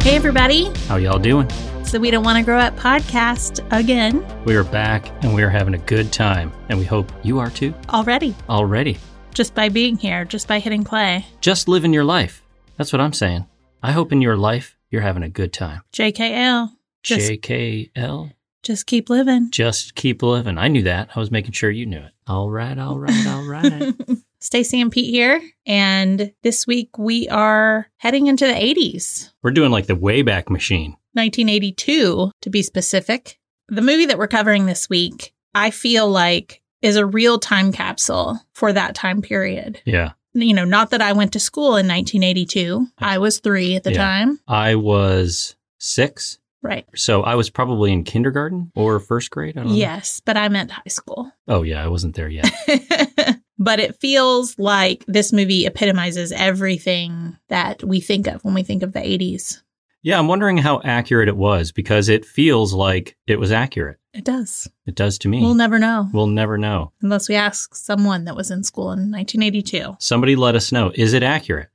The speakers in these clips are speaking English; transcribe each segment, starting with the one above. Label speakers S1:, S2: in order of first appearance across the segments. S1: Hey, everybody.
S2: How y'all doing?
S1: It's the We Don't Want to Grow Up podcast again
S2: We are back and we are having a good time, and we hope you are too
S1: already
S2: already.
S1: just by being here, just by hitting play.
S2: Just living your life. That's what I'm saying. I hope in your life you're having a good time.
S1: JKL. Just,
S2: JKL,
S1: just keep living.
S2: just keep living. I knew that. I was making sure you knew it. All right, all right, all right.
S1: Stacy and Pete here. And this week we are heading into the 80s,
S2: We're doing like the Wayback Machine.
S1: 1982 to be specific. The movie that we're covering this week, I feel like is a real time capsule for that time period.
S2: Yeah.
S1: You know, not that I went to school in 1982. I was three at the
S2: Yeah.
S1: time.
S2: I was six,
S1: Right.
S2: so I was probably in kindergarten or first grade. I don't know.
S1: Yes, but I meant high school.
S2: Oh, yeah. I wasn't there yet.
S1: but it feels like this movie epitomizes everything that we think of when we think of the 80s.
S2: yeah. I'm wondering how accurate it was because it feels like it was accurate.
S1: It does.
S2: It does to me.
S1: We'll never know
S2: We'll never know.
S1: unless we ask someone that was in school in 1982.
S2: Somebody let us know. Is it accurate?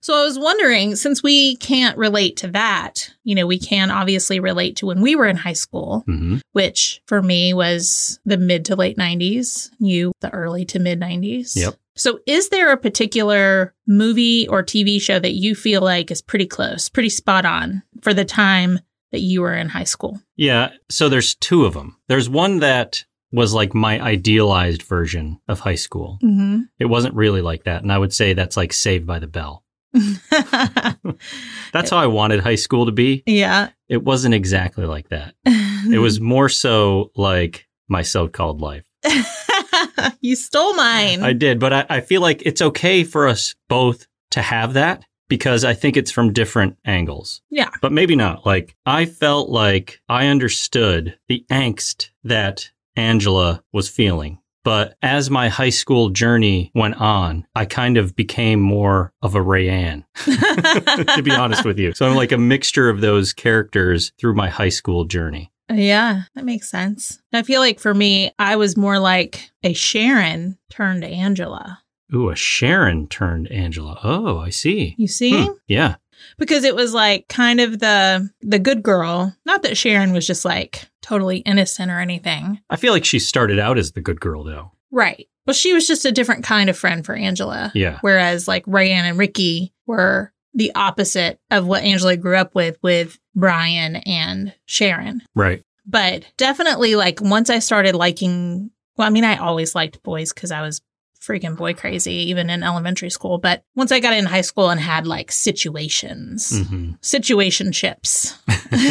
S1: so I was wondering since we can't relate to that, you know, we can obviously relate to when we were in high school,
S2: Mm-hmm.
S1: which for me was the mid to late 90s, you the early to mid 90s.
S2: Yep.
S1: So is there a particular movie or TV show that you feel like is pretty close, pretty spot on for the time that you were in high school?
S2: Yeah. So there's two of them. There's one that was like my idealized version of high school.
S1: Mm-hmm.
S2: It wasn't really like that. And I would say that's like saved by the bell. That's how I wanted high school to be.
S1: yeah.
S2: It wasn't exactly like that.
S1: Mm-hmm.
S2: It was more so like my so called life.
S1: you stole mine.
S2: I did, but I, I feel like it's okay for us both to have that because I think it's from different angles.
S1: Yeah.
S2: But maybe not. Like, I felt like I understood the angst that Angela was feeling. But as my high school journey went on, I kind of became more of a Rayanne, to be honest with you. So I'm like a mixture of those characters through my high school journey.
S1: Yeah, that makes sense. I feel like for me, I was more like a Sharon turned Angela.
S2: Ooh, a Sharon turned Angela. Oh, I see.
S1: You see?
S2: Hmm, Yeah.
S1: Because it was like kind of the the good girl. Not that Sharon was just like totally innocent or anything.
S2: I feel like she started out as the good girl, though.
S1: Right. Well, she was just a different kind of friend for Angela.
S2: Yeah.
S1: Whereas like Ryan and Ricky were the opposite of what Angela grew up with with Brian and Sharon.
S2: Right.
S1: but definitely like once I started liking well, I mean, I always liked boys because I was freaking boy crazy, even in elementary school. But once I got in high school and had like situations,
S2: hmm
S1: situationships,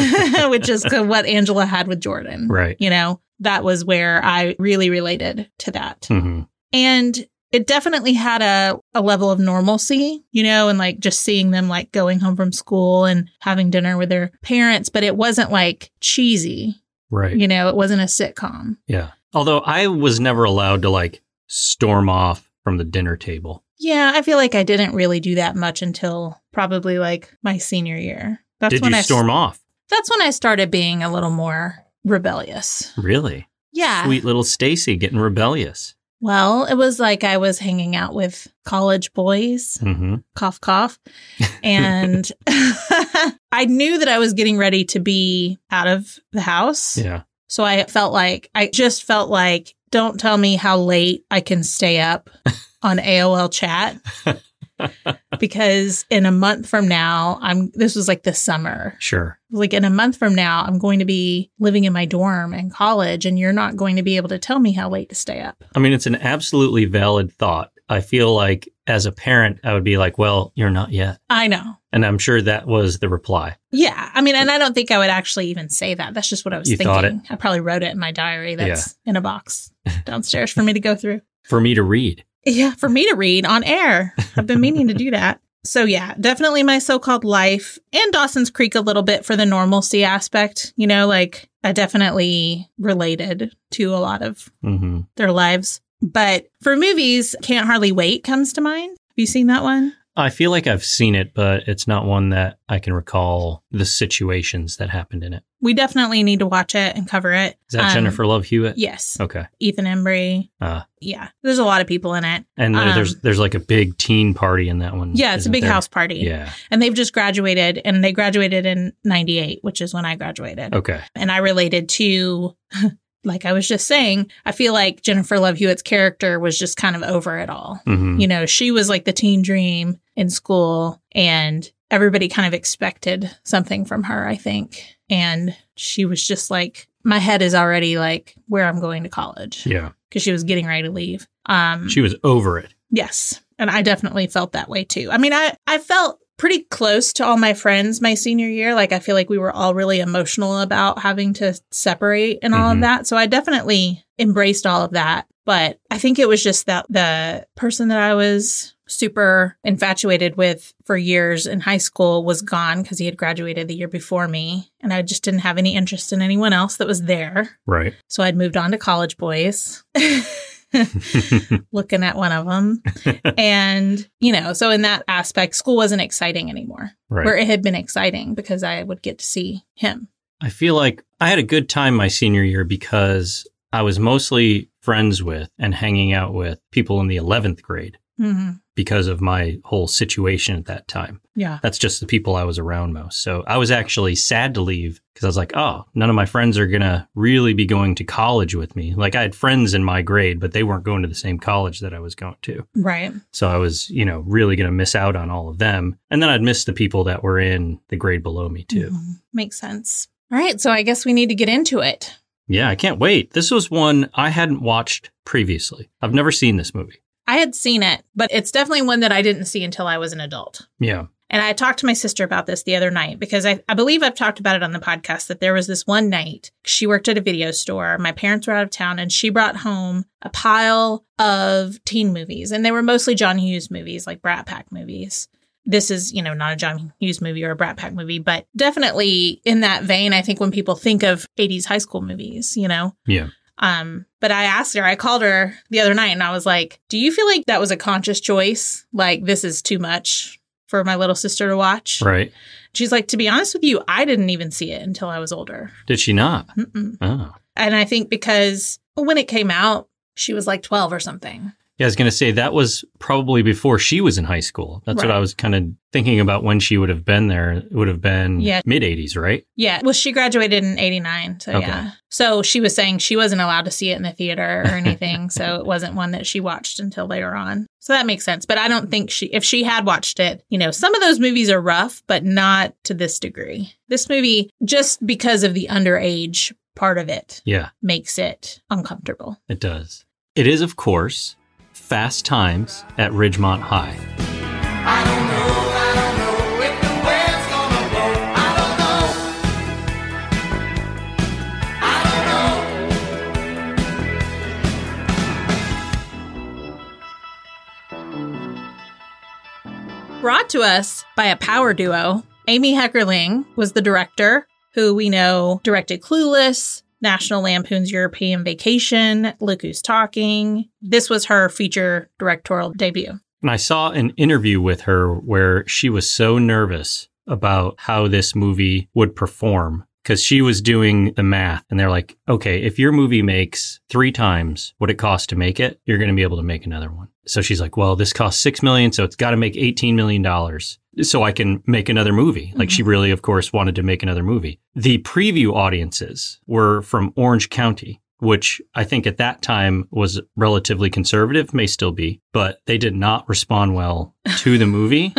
S1: which is what Angela had with Jordan.
S2: Right.
S1: You know, that was where I really related to that.
S2: hmm
S1: And it definitely had a, a level of normalcy, you know, and like just seeing them like going home from school and having dinner with their parents, but it wasn't like cheesy.
S2: Right.
S1: You know, it wasn't a sitcom.
S2: Yeah. Although I was never allowed to like storm off from the dinner table.
S1: Yeah, I feel like I didn't really do that much until probably like my senior year. That's
S2: Did
S1: when
S2: you
S1: I
S2: storm off?
S1: That's when I started being a little more rebellious.
S2: Really?
S1: Yeah.
S2: Sweet little Stacy getting rebellious.
S1: Well, it was like I was hanging out with college boys,
S2: hmm
S1: cough cough, and I knew that I was getting ready to be out of the house.
S2: Yeah.
S1: So I felt like I just felt like don't tell me how late I can stay up on AOL chat because in a month from now I'm this was like this summer.
S2: Sure.
S1: Like in a month from now I'm going to be living in my dorm in college and you're not going to be able to tell me how late to stay up.
S2: I mean, it's an absolutely valid thought. I feel like as a parent, I would be like, well, you're not yet.
S1: I know.
S2: And I'm sure that was the reply.
S1: Yeah, I mean, and I don't think I would actually even say that. That's just what I was
S2: You
S1: thinking.
S2: thought
S1: I probably wrote it in my diary that's in a box downstairs for me to go through.
S2: For me to read.
S1: Yeah, for me to read on air. I've been meaning to do that. So yeah, definitely my so-called life and Dawson's Creek a little bit for the normalcy aspect. You know, like I definitely related to a lot of
S2: hmm
S1: their lives. But for movies, Can't Hardly Wait comes to mind. Have you seen that one?
S2: I feel like I've seen it, but it's not one that I can recall the situations that happened in it.
S1: We definitely need to watch it and cover it.
S2: Is that
S1: Um,
S2: Jennifer Love Hewitt?
S1: Yes.
S2: Okay.
S1: Ethan Embry.
S2: Uh,
S1: Yeah. There's a lot of people in it.
S2: and there-
S1: Um,
S2: there's there's like a big teen party in that one.
S1: Yeah, it's a
S2: isn't
S1: big
S2: there?
S1: house party.
S2: Yeah.
S1: And they've just graduated and they graduated in 98, which is when I graduated.
S2: Okay.
S1: And I related to like I was just saying, I feel like Jennifer Love Hewitt's character was just kind of over it all.
S2: hmm
S1: You know, she was like the teen dream in school, and everybody kind of expected something from her, I think. And she was just like, my head is already like where I'm going to college because
S2: Yeah.
S1: she was getting ready to leave. Um,
S2: She was over it.
S1: yes. And I definitely felt that way too. I mean, I, I felt pretty close to all my friends my senior year. Like, I feel like we were all really emotional about having to separate and all
S2: Mhm.
S1: of that. So I definitely embraced all of that. But I think it was just that the person that I was super infatuated with for years in high school was gone because he had graduated the year before me. And I just didn't have any interest in anyone else that was there.
S2: Right.
S1: So I'd moved on to college boys. looking at one of them. and, you know, so in that aspect, school wasn't exciting anymore,
S2: right.
S1: where it had been exciting because I would get to see him.
S2: I feel like I had a good time my senior year because I was mostly friends with and hanging out with people in the 11th grade
S1: hmm
S2: because of my whole situation at that time.
S1: Yeah.
S2: That's just the people I was around most. So I was actually sad to leave because I was like, oh, none of my friends are going to really be going to college with me. Like I had friends in my grade, but they weren't going to the same college that I was going to.
S1: Right.
S2: So I was, you know, really going to miss out on all of them. And then I'd miss the people that were in the grade below me too.
S1: Mhm. Makes sense. All right. So I guess we need to get into it.
S2: Yeah, I can't wait. This was one I hadn't watched previously. I've never seen this movie.
S1: I had seen it, but it's definitely one that I didn't see until I was an adult.
S2: Yeah.
S1: And I talked to my sister about this the other night because I, I believe I've talked about it on the podcast that there was this one night she worked at a video store. My parents were out of town and she brought home a pile of teen movies. And they were mostly John Hughes movies, like Brat Pack movies. This is, you know, not a John Hughes movie or a Brat Pack movie, but definitely in that vein, I think when people think of 80s high school movies, you know?
S2: Yeah.
S1: Um, but I asked her, I called her the other night and I was like, Do you feel like that was a conscious choice? Like, this is too much for my little sister to watch?
S2: Right.
S1: She's like, To be honest with you, I didn't even see it until I was older.
S2: Did she not?
S1: Mm-mm.
S2: Oh.
S1: And I think because when it came out, she was like 12 or something.
S2: Yeah, I was going to say that was probably before she was in high school. That's what
S1: Right.
S2: I was kind of thinking about when she would have been there. It would have been
S1: Yeah.
S2: mid 80s, right?
S1: Yeah. Well, she graduated in 89. So,
S2: Okay.
S1: yeah. So she was saying she wasn't allowed to see it in the theater or anything. so it wasn't one that she watched until later on. So that makes sense. But I don't think she, if she had watched it, you know, some of those movies are rough, but not to this degree. This movie, just because of the underage part of it,
S2: Yeah,
S1: makes it uncomfortable.
S2: it does. It is, of course, Fast Times at Ridgemont High.
S3: I don't know, I don't know if the wind's gonna blow. I don't know. I don't know.
S1: Brought to us by a power duo, Amy Heckerling was the director, who we know directed Clueless, National Lampoon's European Vacation, Look Who's Talking. This was her feature directorial debut.
S2: And I saw an interview with her where she was so nervous about how this movie would perform because she was doing the math and they're like, okay, if your movie makes three times what it costs to make it, you're going to be able to make another one. So she's like, well, this costs six million, so it's got to make $18 million so I can make another movie. Like she really, of course, wanted to make another movie. The preview audiences were from Orange County, which I think at that time was relatively conservative, may still be, but they did not respond well to the movie.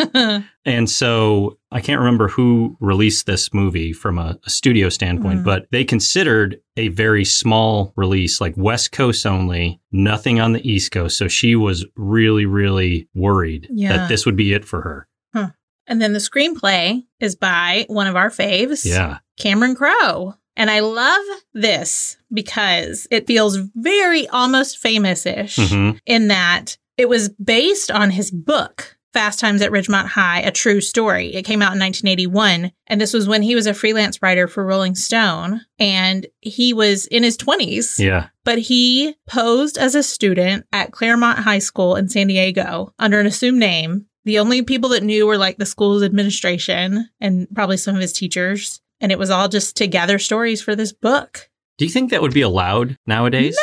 S2: And so I can't remember who released this movie from a, a studio standpoint,
S1: Mhm.
S2: but they considered a very small release, like West Coast only, nothing on the East Coast. So she was really, really worried
S1: Yeah.
S2: that this would be it for her.
S1: and then the screenplay is by one of our faves,
S2: Yeah.
S1: Cameron Crowe. And I love this because it feels very almost famous ish.
S2: hmm
S1: in that it was based on his book, Fast Times at Ridgemont High, a true story. It came out in 1981. And this was when he was a freelance writer for Rolling Stone. And he was in his 20s,
S2: Yeah.
S1: but he posed as a student at Claremont High School in San Diego under an assumed name. The only people that knew were like the school's administration and probably some of his teachers. And it was all just to gather stories for this book.
S2: Do you think that would be allowed nowadays?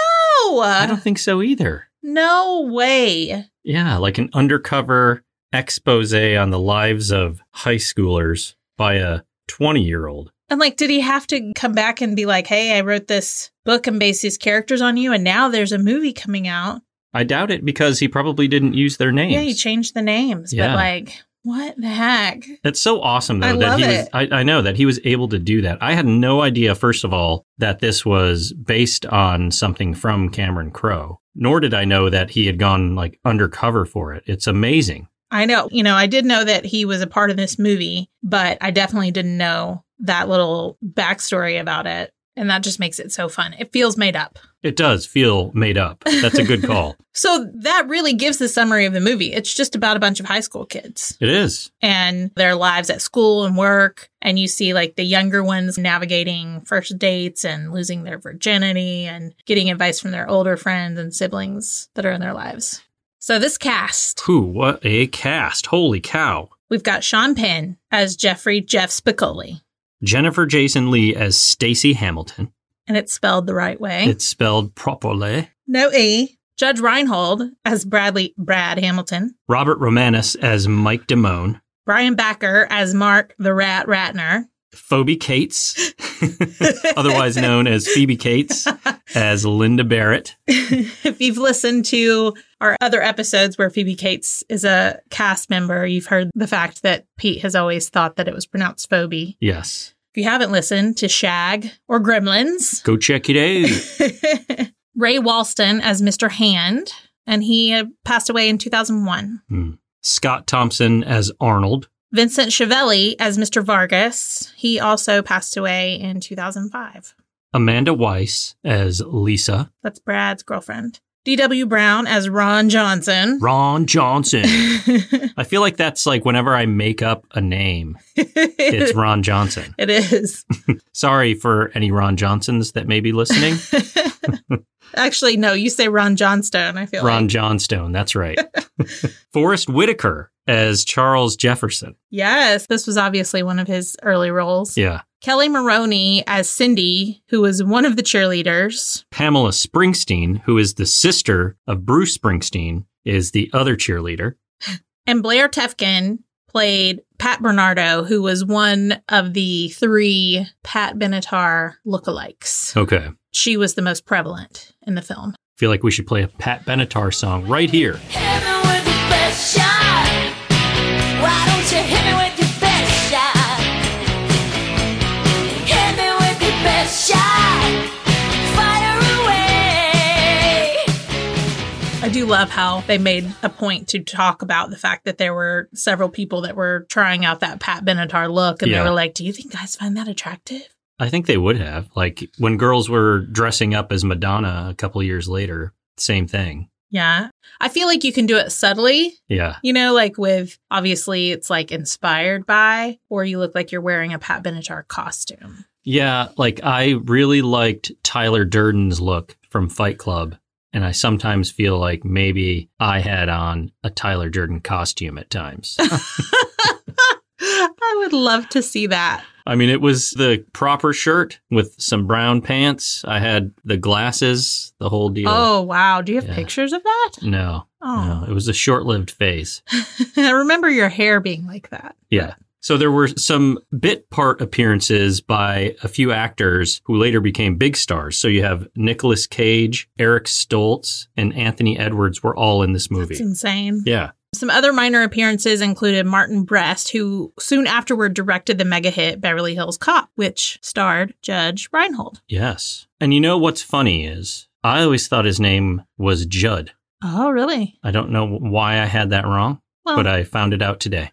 S1: No,
S2: I don't think so either.
S1: no way.
S2: Yeah, like an undercover expose on the lives of high schoolers by a 20 year old.
S1: And like, did he have to come back and be like, hey, I wrote this book and based these characters on you, and now there's a movie coming out?
S2: I doubt it because he probably didn't use their names.
S1: Yeah, you changed the names,
S2: Yeah.
S1: but like, what the heck?
S2: That's so awesome, though.
S1: I
S2: that
S1: love
S2: he Was,
S1: it.
S2: I, I know that he was able to do that. I had no idea, first of all, that this was based on something from Cameron Crowe. Nor did I know that he had gone like undercover for it. It's amazing.
S1: I know, you know, I did know that he was a part of this movie, but I definitely didn't know that little backstory about it. And that just makes it so fun. It feels made up.
S2: It does feel made up. That's a good call.
S1: So that really gives the summary of the movie. It's just about a bunch of high school kids
S2: it is.
S1: and their lives at school and work. And you see like the younger ones navigating first dates and losing their virginity and getting advice from their older friends and siblings that are in their lives. So this cast,
S2: Whew, what a cast. Holy cow.
S1: we've got Sean Penn as Jeffrey Jeff Spicoli.
S2: Jennifer Jason Lee as Stacy Hamilton.
S1: and it's spelled the right way.
S2: It's spelled properly.
S1: no E. Judge Reinhold as Bradley Brad Hamilton.
S2: Robert Romanus as Mike Damone.
S1: Brian Backer as Mark the Rat Ratner.
S2: Phoebe Cates, otherwise known as Phoebe Cates, as Linda Barrett.
S1: if you've listened to our other episodes where Phoebe Cates is a cast member, you've heard the fact that Pete has always thought that it was pronounced Phoebe.
S2: Yes.
S1: If you haven't listened to Shag or Gremlins,
S2: Go check it out.
S1: Ray Walston as Mr. Hand, and he uh, passed away in 2001.
S2: Scott Thompson as Arnold.
S1: Vincent Chiavelli as Mr. Vargas. He also passed away in 2005.
S2: Amanda Weiss as Lisa.
S1: That's Brad's girlfriend. D.W. Brown as Ron Johnson.
S2: Ron Johnson. I feel like that's like whenever I make up a name, it's Ron Johnson.
S1: It is.
S2: Sorry for any Ron Johnsons that may be listening.
S1: Actually, no, you say Ron Johnstone, I feel
S2: Ron
S1: like.
S2: Johnstone, that's right. Forrest Whitaker as Charles Jefferson.
S1: Yes, this was obviously one of his early roles.
S2: Yeah.
S1: Kelly Maroney as Cindy, who was one of the cheerleaders.
S2: Pamela Springsteen, who is the sister of Bruce Springsteen, is the other cheerleader.
S1: And Blair Tefkin played Pat Bernardo, who was one of the three Pat Benatar lookalikes.
S2: Okay.
S1: She was the most prevalent in the film.
S2: Feel like we should play a Pat Benatar song right here.
S4: Heaven with your best shot. Why don't you hit me with your best shot? Hit me with your best shot. Fire away.
S1: I do love how they made a point to talk about the fact that there were several people that were trying out that Pat Benatar look, and
S2: Yeah.
S1: they were like, "Do you think guys find that attractive?"
S2: I think they would have. Like when girls were dressing up as Madonna a couple years later, same thing.
S1: Yeah, I feel like you can do it subtly.
S2: Yeah.
S1: You know, like with obviously it's like inspired by, or you look like you're wearing a Pat Benatar costume.
S2: Yeah. Like I really liked Tyler Durden's look from Fight Club. And I sometimes feel like maybe I had on a Tyler Durden costume at times.
S1: I would love to see that.
S2: I mean, it was the proper shirt with some brown pants. I had the glasses, the whole deal.
S1: Oh, wow. Do you have
S2: Yeah.
S1: pictures of that?
S2: No,
S1: Oh,
S2: no. It was a short lived phase.
S1: I remember your hair being like that.
S2: Yeah. So there were some bit part appearances by a few actors who later became big stars. So you have Nicolas Cage, Eric Stoltz, and Anthony Edwards were all in this
S1: It's
S2: movie.
S1: insane.
S2: Yeah.
S1: Some other minor appearances included Martin Brest, who soon afterward directed the mega hit Beverly Hills Cop, which starred Judge Reinhold.
S2: Yes. And you know what's funny is I always thought his name was Judd.
S1: Oh, really?
S2: I don't know why I had that wrong,
S1: Well,
S2: but I found it out today.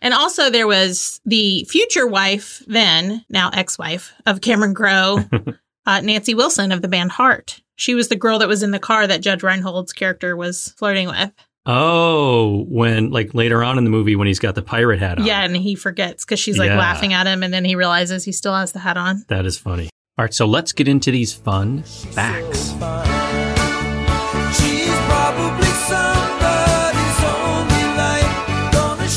S1: and also there was the future wife, then now ex-wife of Cameron Crowe, uh, Nancy Wilson of the band Heart. She was the girl that was in the car that Judge Reinhold's character was flirting with.
S2: Oh, when like later on in the movie when he's got the pirate hat on.
S1: Yeah, and he forgets because she's like
S2: Yeah.
S1: laughing at him, and then he realizes he still has the hat on.
S2: That is funny. All right, so let's get into these fun facts.
S3: She's probably somebody's only light. Gonna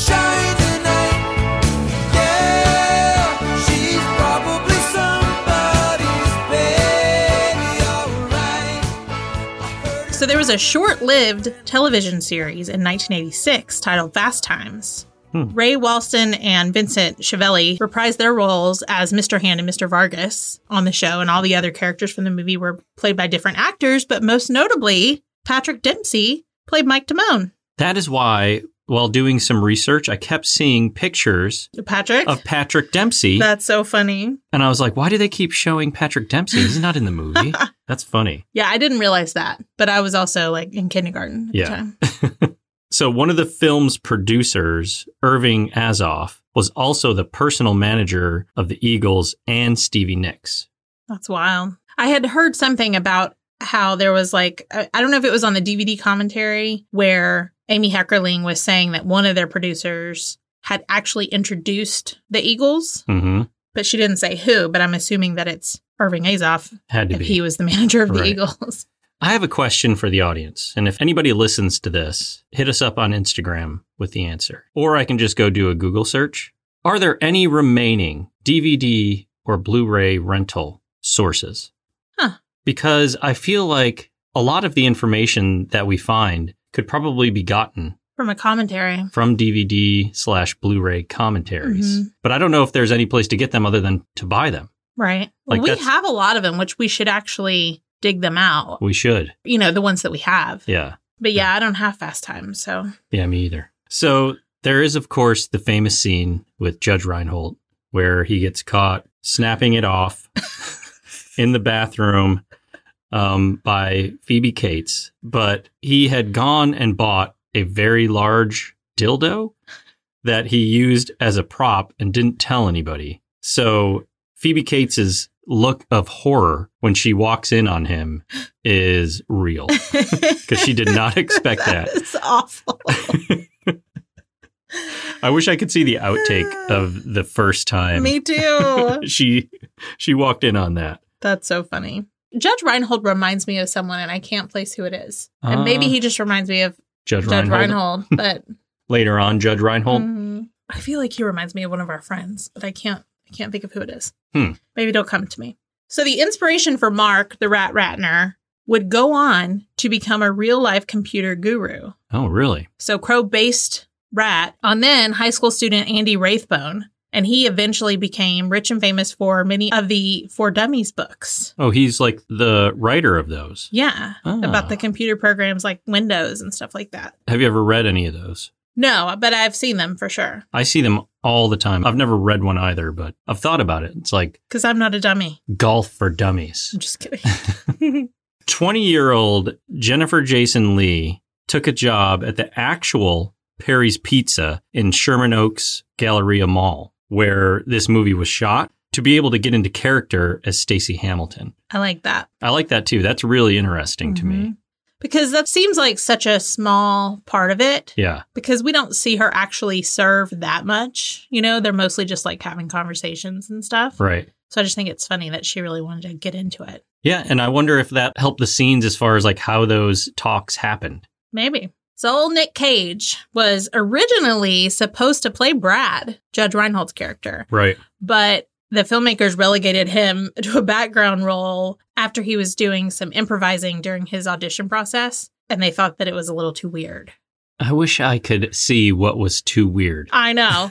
S1: was a short lived television series in 1986 titled Fast Times.
S2: Hmm.
S1: Ray Walston and Vincent Chiavelli reprised their roles as Mr. Hand and Mr. Vargas on the show, and all the other characters from the movie were played by different actors, but most notably, Patrick Dempsey played Mike Timone.
S2: That is why, while doing some research, I kept seeing pictures
S1: Patrick?
S2: of Patrick Dempsey.
S1: That's so funny.
S2: And I was like, why do they keep showing Patrick Dempsey? He's not in the movie. That's funny.
S1: Yeah, I didn't realize that, but I was also like in kindergarten at
S2: Yeah.
S1: the time.
S2: So, one of the film's producers, Irving Azoff, was also the personal manager of the Eagles and Stevie Nicks.
S1: That's wild. I had heard something about how there was like, I I don't know if it was on the DVD commentary where Amy Heckerling was saying that one of their producers had actually introduced the Eagles,
S2: hmm
S1: but she didn't say who, but I'm assuming that it's Irving Azoff
S2: Had to
S1: if
S2: be.
S1: he was the manager of the
S2: Right.
S1: Eagles.
S2: I have a question for the audience. And if anybody listens to this, hit us up on Instagram with the answer. Or I can just go do a Google search. Are there any remaining DVD or Blu ray rental sources?
S1: Huh.
S2: Because I feel like a lot of the information that we find could probably be gotten
S1: From a commentary.
S2: from DVD slash Blu ray commentaries.
S1: Mhm.
S2: But I don't know if there's any place to get them other than to buy them.
S1: Right.
S2: Like
S1: we
S2: that's-
S1: have a lot of them, which we should actually dig them out,
S2: We should.
S1: you know, the ones that we have.
S2: Yeah.
S1: But yeah, I don't have fast time. So
S2: Yeah, me either. So there is, of course, the famous scene with Judge Reinhold where he gets caught snapping it off in the bathroom um, by Phoebe Cates. But he had gone and bought a very large dildo that he used as a prop and didn't tell anybody. So Phoebe Cates's look of horror when she walks in on him is real because
S1: because
S2: she did not expect that.
S1: It's awful.
S2: I wish I could see the outtake of the first time
S1: Me too.
S2: she she walked in on that.
S1: That's so funny. Judge Reinhold reminds me of someone, and I can't place who it is. and maybe
S2: Ah.
S1: he just reminds me of
S2: Judge,
S1: Judge
S2: Reinhold.
S1: Reinhold, but
S2: Later on, Judge Reinhold.
S1: mm, I feel like he reminds me of one of our friends, but I can't. I can't think of who it is.
S2: Hmm.
S1: Maybe it'll come to me. So the inspiration for Mark, the Rat Ratner, would go on to become a real life computer guru.
S2: Oh, really?
S1: So Crow based Rat on then high school student Andy Rathbone, and he eventually became rich and famous for many of the For Dummies books.
S2: Oh, he's like the writer of those.
S1: Yeah,
S2: Ah.
S1: about the computer programs like Windows and stuff like that.
S2: Have you ever read any of those?
S1: No, but I've seen them for sure
S2: I see them all the time. I've never read one either, but I've thought about it. It's like
S1: because I'm not a dummy.
S2: golf for dummies.
S1: I'm just kidding.
S2: 20 year old Jennifer Jason Lee took a job at the actual Perry's Pizza in Sherman Oaks Galleria Mall, where this movie was shot, to be able to get into character as Stacy Hamilton.
S1: I like that.
S2: I like that too. That's really interesting to me.
S1: Mhm. Because that seems like such a small part of it
S2: Yeah.
S1: because we don't see her actually serve that much. You know, they're mostly just like having conversations and stuff.
S2: Right.
S1: So I just think it's funny that she really wanted to get into it.
S2: Yeah. And I wonder if that helped the scenes as far as like how those talks happened.
S1: Maybe. So old Nick Cage was originally supposed to play Brad, Judge Reinhold's character,
S2: Right.
S1: but the filmmakers relegated him to a background role after he was doing some improvising during his audition process, and they thought that it was a little too weird.
S2: I wish I could see what was too weird.
S1: I know.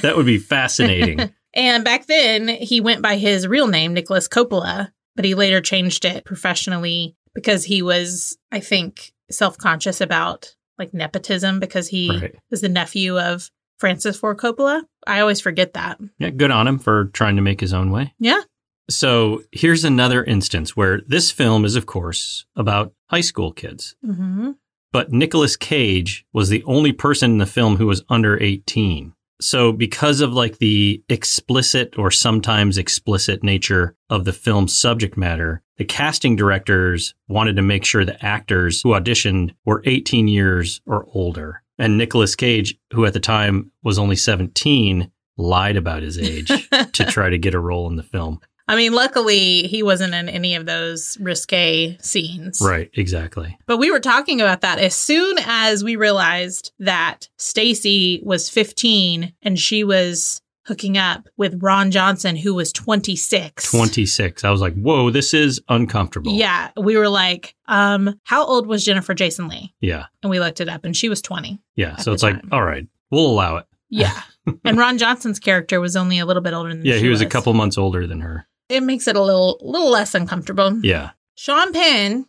S2: that would be fascinating.
S1: and back then, he went by his real name, Nicholas Coppola, but he later changed it professionally because he was, I think, self conscious about like nepotism because he
S2: right.
S1: is the nephew of Francis Ford Coppola. I always forget that.
S2: Yeah. Good on him for trying to make his own way.
S1: Yeah.
S2: So here's another instance where this film is, of course, about high school kids,
S1: Mm-hmm.
S2: but Nicolas Cage was the only person in the film who was under 18. So, because of like the explicit or sometimes explicit nature of the film's subject matter, the casting directors wanted to make sure the actors who auditioned were 18 years or older. And Nicolas Cage, who at the time was only 17, lied about his age to try to get a role in the film.
S1: I mean, luckily, he wasn't in any of those risque scenes.
S2: Right, exactly.
S1: But we were talking about that as soon as we realized that Stacy was 15 and she was hooking up with Ron Johnson, who was 26.
S2: 26. I was like, whoa, this is uncomfortable.
S1: Yeah. We were like, um, how old was Jennifer Jason Lee?
S2: Yeah.
S1: And we looked it up and she was 20.
S2: Yeah.
S1: At
S2: So
S1: the
S2: it's like,
S1: time.
S2: all right, we'll allow it.
S1: Yeah. and Ron Johnson's character was only a little bit older than
S2: Yeah.
S1: she
S2: He was a couple months older than her.
S1: It makes it a little little less uncomfortable.
S2: Yeah.
S1: Sean Penn,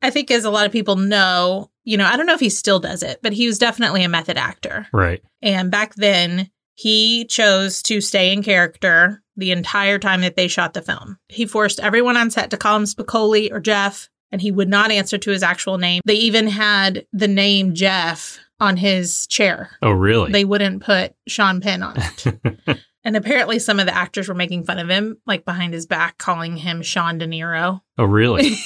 S1: I think, as a lot of people know, you know, I don't know if he still does it, but he was definitely a method actor.
S2: Right.
S1: And back then, he chose to stay in character the entire time that they shot the film. He forced everyone on set to call him Spicoli or Jeff, and he would not answer to his actual name. They even had the name Jeff on his chair.
S2: Oh, really?
S1: They wouldn't put Sean Penn on it. and apparently, some of the actors were making fun of him, like behind his back, calling him Sean De Niro.
S2: oh, really?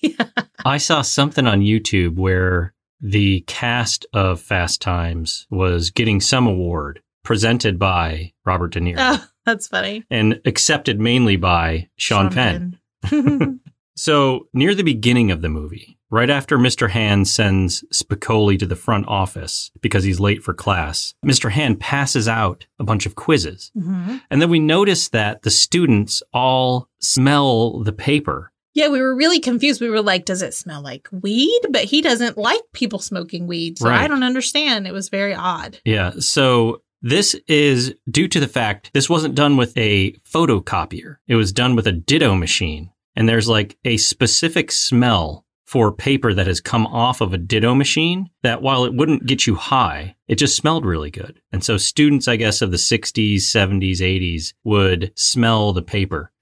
S1: yeah.
S2: I saw something on YouTube where the cast of Fast Times was getting some award presented by Robert De Niro
S1: Oh, that's funny.
S2: and accepted mainly by Sean, Penn.
S1: Penn. Mm-hmm.
S2: So, near the beginning of the movie, right after Mr. Han sends Spicoli to the front office because he's late for class, Mr. Han passes out a bunch of quizzes.
S1: Mhm.
S2: And then we notice that the students all smell the paper.
S1: Yeah, we were really confused. We were like, does it smell like weed? But he doesn't like people smoking weed. So I
S2: Right.
S1: don't understand. It was very odd.
S2: Yeah. So this is due to the fact this wasn't done with a photocopier. It was done with a ditto machine. And there's like a specific smell for paper that has come off of a ditto machine that while it wouldn't get you high, it just smelled really good. And so students, I guess, of the 60s, 70s, 80s would smell the paper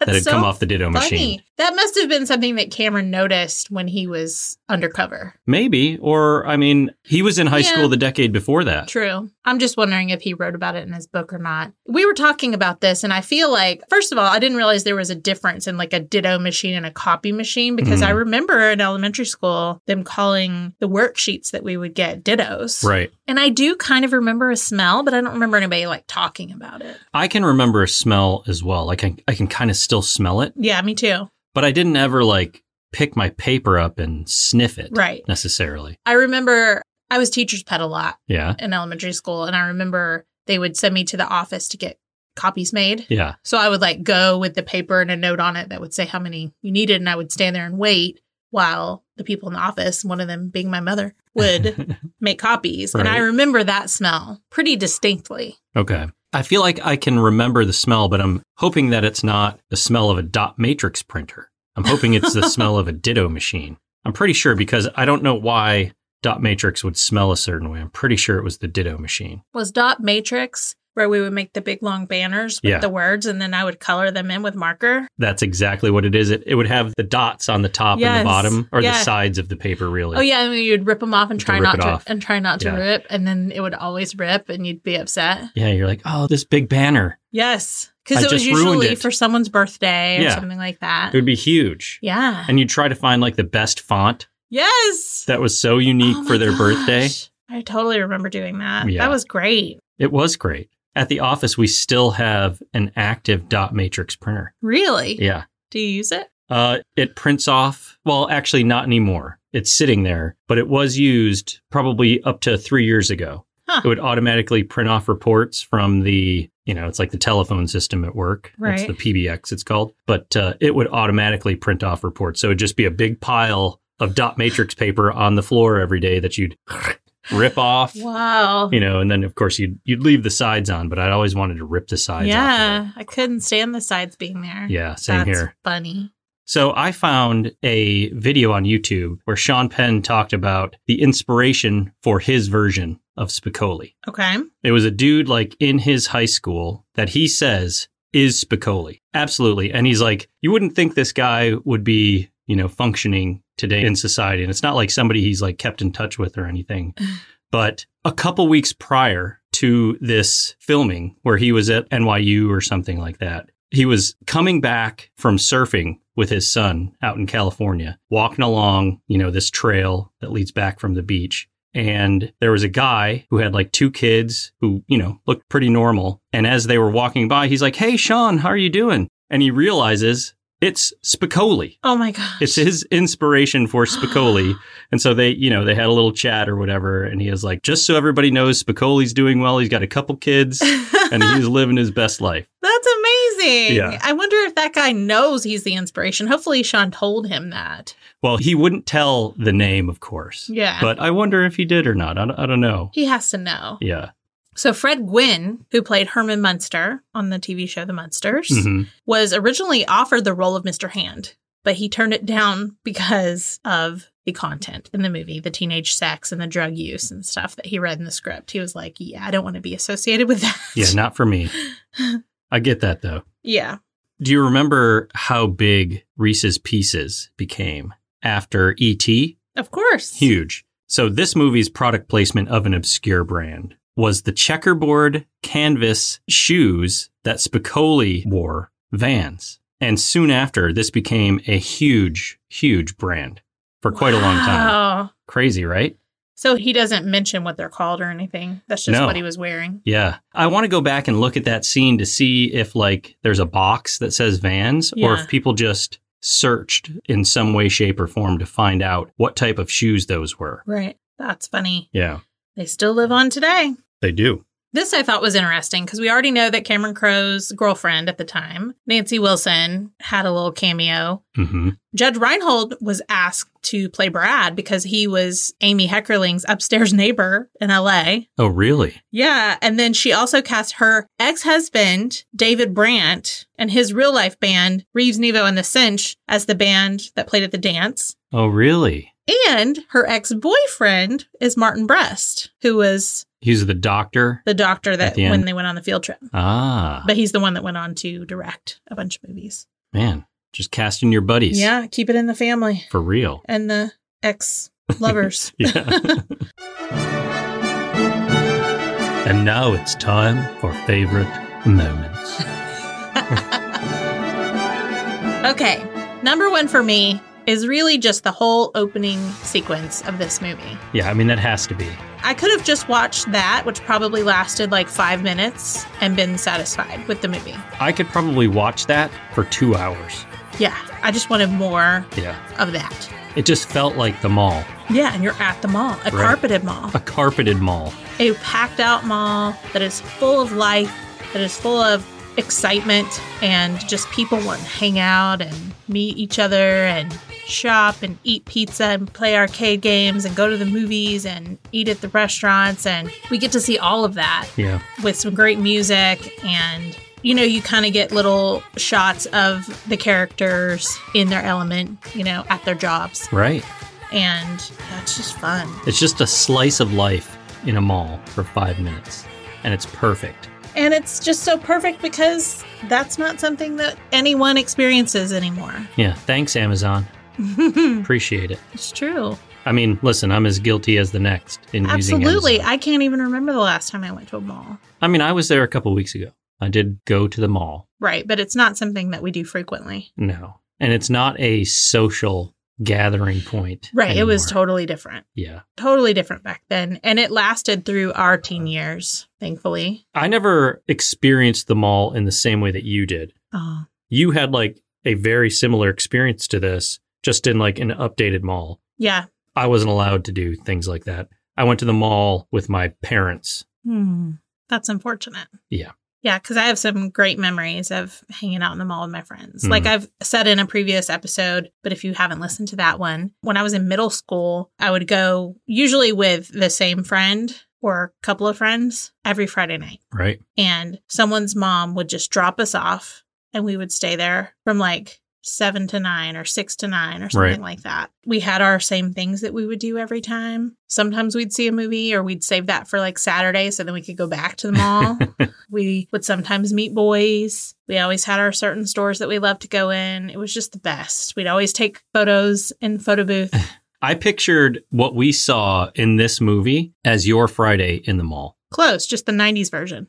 S2: that had
S1: That's so
S2: come off the ditto
S1: funny.
S2: machine.
S1: That must have been something that Cameron noticed when he was undercover.
S2: Maybe. Or, I mean, he was in high
S1: Yeah.
S2: school the decade before that.
S1: True. I'm just wondering if he wrote about it in his book or not. We were talking about this, and I feel like, first of all, I didn't realize there was a difference in like a ditto machine and a copy machine because
S2: Mhm.
S1: I remember in elementary school them calling the worksheets that we would get dittos.
S2: Right.
S1: And I do kind of remember a smell, but I don't remember anybody like talking about it.
S2: I can remember a smell as well. Like I, I can kind of still smell it,
S1: Yeah, me too.
S2: but I didn't ever like pick my paper up and sniff it
S1: Right.
S2: necessarily.
S1: I remember I was teacher's pet a lot
S2: Yeah.
S1: in elementary school, and I remember they would send me to the office to get copies made.
S2: Yeah.
S1: So I would like go with the paper and a note on it that would say how many you needed, and I would stand there and wait while the people in the office, one of them being my mother, would make copies. And I
S2: Right.
S1: remember that smell pretty distinctly.
S2: okay. I feel like I can remember the smell, but I'm hoping that it's not the smell of a dot matrix printer. I'm hoping it's the smell of a ditto machine. I'm pretty sure because I don't know why dot matrix would smell a certain way. I'm pretty sure it was the ditto machine.
S1: Was dot matrix where we would make the big long banners with
S2: Yeah.
S1: the words, and then I would color them in with marker.
S2: That's exactly what it is. It, it would have the dots on the top and
S1: Yes.
S2: the bottom or
S1: Yeah.
S2: the sides of the paper, really.
S1: Oh yeah, and you'd rip them off and
S2: To
S1: try
S2: rip
S1: not
S2: it
S1: to
S2: off.
S1: and try not to
S2: Yeah.
S1: rip, and then it would always rip, and you'd be upset.
S2: Yeah, you're like, oh, this big banner.
S1: Yes,
S2: I
S1: because it was
S2: just ruined
S1: usually
S2: it.
S1: for someone's birthday or
S2: Yeah.
S1: something like that.
S2: It would be huge.
S1: Yeah.
S2: And you'd try to find like the best font
S1: Yes.
S2: that was so unique
S1: Oh my
S2: for their
S1: gosh.
S2: birthday.
S1: I totally remember doing that.
S2: Yeah.
S1: That was great.
S2: It was great. At the office, we still have an active dot matrix printer.
S1: Really?
S2: Yeah.
S1: Do you use it?
S2: Uh, it prints off, well, actually, not anymore. It's sitting there, but it was used probably up to three years ago.
S1: Huh.
S2: It would automatically print off reports from the, you know, it's like the telephone system at work.
S1: Right.
S2: It's the PBX, it's called. But uh, it would automatically print off reports. So it'd just be a big pile of dot matrix paper on the floor every day that you'd rip off.
S1: Wow.
S2: You know, and then of course you'd you'd leave the sides on, but I'd always wanted to rip the sides off.
S1: Yeah. I couldn't stand the sides being there.
S2: of it. Yeah, same
S1: That's
S2: here.
S1: Funny.
S2: So I found a video on YouTube where Sean Penn talked about the inspiration for his version of Spicoli.
S1: Okay.
S2: It was a dude like in his high school that he says is Spicoli. Absolutely. And he's like, you wouldn't think this guy would be, you know, functioning today in society. And it's not like somebody he's like kept in touch with or anything. but a couple weeks prior to this filming, where he was at NYU or something like that, he was coming back from surfing with his son out in California, walking along, you know, this trail that leads back from the beach and there was a guy who had like two kids who, you know, looked pretty normal. And as they were walking by, he's like, Hey, Sean, how are you doing? And he realizes It's Spicoli.
S1: Oh my gosh.
S2: It's his inspiration for Spicoli. And so they, you know, they had a little chat or whatever. And he was like, just so everybody knows, Spicoli's doing well. He's got a couple kids and he's living his best life.
S1: That's amazing.
S2: Yeah.
S1: I wonder if that guy knows he's the inspiration. Hopefully, Sean told him that.
S2: Well, he wouldn't tell the name, of course.
S1: Yeah.
S2: But I wonder if he did or not. I don't, I don't know.
S1: he has to know.
S2: Yeah.
S1: So, Fred Gwynn, who played Herman Munster on the TV show The Munsters,
S2: hmm
S1: was originally offered the role of Mr. Hand, but he turned it down because of the content in the movie, the teenage sex and the drug use and stuff that he read in the script. He was like, Yeah, I don't want to be associated with that.
S2: Yeah. Not for me. I get that though.
S1: yeah.
S2: Do you remember how big Reese's Pieces became after E.T.?
S1: Of course.
S2: Huge. So, this movie's product placement of an obscure brand was the checkerboard canvas shoes that Spicoli wore, Vans. And soon after, this became a huge, huge brand for quite a long time.
S1: Wow.
S2: Crazy, right?
S1: So, he doesn't mention what they're called or anything. That's just
S2: No.
S1: what he was wearing.
S2: Yeah. I want to go back and look at that scene to see if like there's a box that says Vans or
S1: Yeah.
S2: if people just searched in some way shape or form to find out what type of shoes those were.
S1: Right. That's funny.
S2: Yeah.
S1: They still live on today.
S2: They do.
S1: This I thought was interesting because we already know that Cameron Crowe's girlfriend at the time, Nancy Wilson, had a little cameo.
S2: hmm
S1: Judge Reinhold was asked to play Brad because he was Amy Heckerling's upstairs neighbor in LA.
S2: Oh, really?
S1: Yeah. And then she also cast her ex husband, David Brandt, and his real life band, Reeves Nevo and the Cinch, as the band that played at the dance.
S2: Oh, really?
S1: And her ex boyfriend is Martin Brest, who was
S2: He's the doctor.
S1: the doctor that
S2: the
S1: when
S2: end.
S1: they went on the field trip.
S2: Ah,
S1: But he's the one that went on to direct a bunch of movies.
S2: man. Just casting your buddies.
S1: Yeah, keep it in the family
S2: For real.
S1: and the ex lovers.
S2: Yeah. and now it's time for favorite moments.
S1: okay, number one for me is really just the whole opening sequence of this movie.
S2: Yeah, I mean, that has to be.
S1: I could have just watched that, which probably lasted like five minutes, and been satisfied with the movie.
S2: I could probably watch that for two hours.
S1: Yeah, I just wanted more
S2: Yeah.
S1: of that.
S2: It just felt like the mall,
S1: Yeah, and you're at the mall, a
S2: Right.
S1: carpeted mall.
S2: a carpeted mall.
S1: a packed out mall that is full of life, that is full of excitement, and just people want to hang out and meet each other and shop and eat pizza and play arcade games and go to the movies and eat at the restaurants. And we get to see all of that
S2: Yeah.
S1: with some great music and you know you kind of get little shots of the characters in their element you know at their jobs
S2: Right.
S1: and that's just fun
S2: It's just a slice of life in a mall for five minutes, and it's perfect.
S1: And it's just so perfect because that's not something that anyone experiences anymore.
S2: Yeah. Thanks, Amazon.
S1: it's
S2: Appreciate it.
S1: true.
S2: I mean, listen, I'm as guilty as the next in using
S1: Absolutely.
S2: Amazon.
S1: I can't even remember the last time I went to a mall.
S2: I mean, I was there a couple weeks ago. I did go to the mall.
S1: Right. But it's not something that we do frequently.
S2: No. And it's not a social gathering point.
S1: Right. It was
S2: anymore.
S1: totally different.
S2: Yeah.
S1: Totally different back then. And it lasted through our teen years, thankfully.
S2: I never experienced the mall in the same way that you did.
S1: Oh,
S2: you had like a very similar experience to this, just in like an updated mall.
S1: yeah.
S2: I wasn't allowed to do things like that. I went to the mall with my parents.
S1: Hmm. That's unfortunate.
S2: Yeah.
S1: Yeah, because I have some great memories of hanging out in the mall with my friends. Like
S2: Mhm.
S1: I've said in a previous episode, but if you haven't listened to that one, when I was in middle school, I would go usually with the same friend or a couple of friends every Friday night.
S2: Right.
S1: And someone's mom would just drop us off and we would stay there from like seven to nine or six to nine or something
S2: Right.
S1: like that. We had our same things that we would do every time. Sometimes we'd see a movie or we'd save that for like Saturday so then we could go back to the mall. We would sometimes meet boys. We always had our certain stores that we loved to go in. It was just the best. We'd always take photos in photo booth.
S2: I pictured what we saw in this movie as your Friday in the mall,
S1: Close, just the 90s version.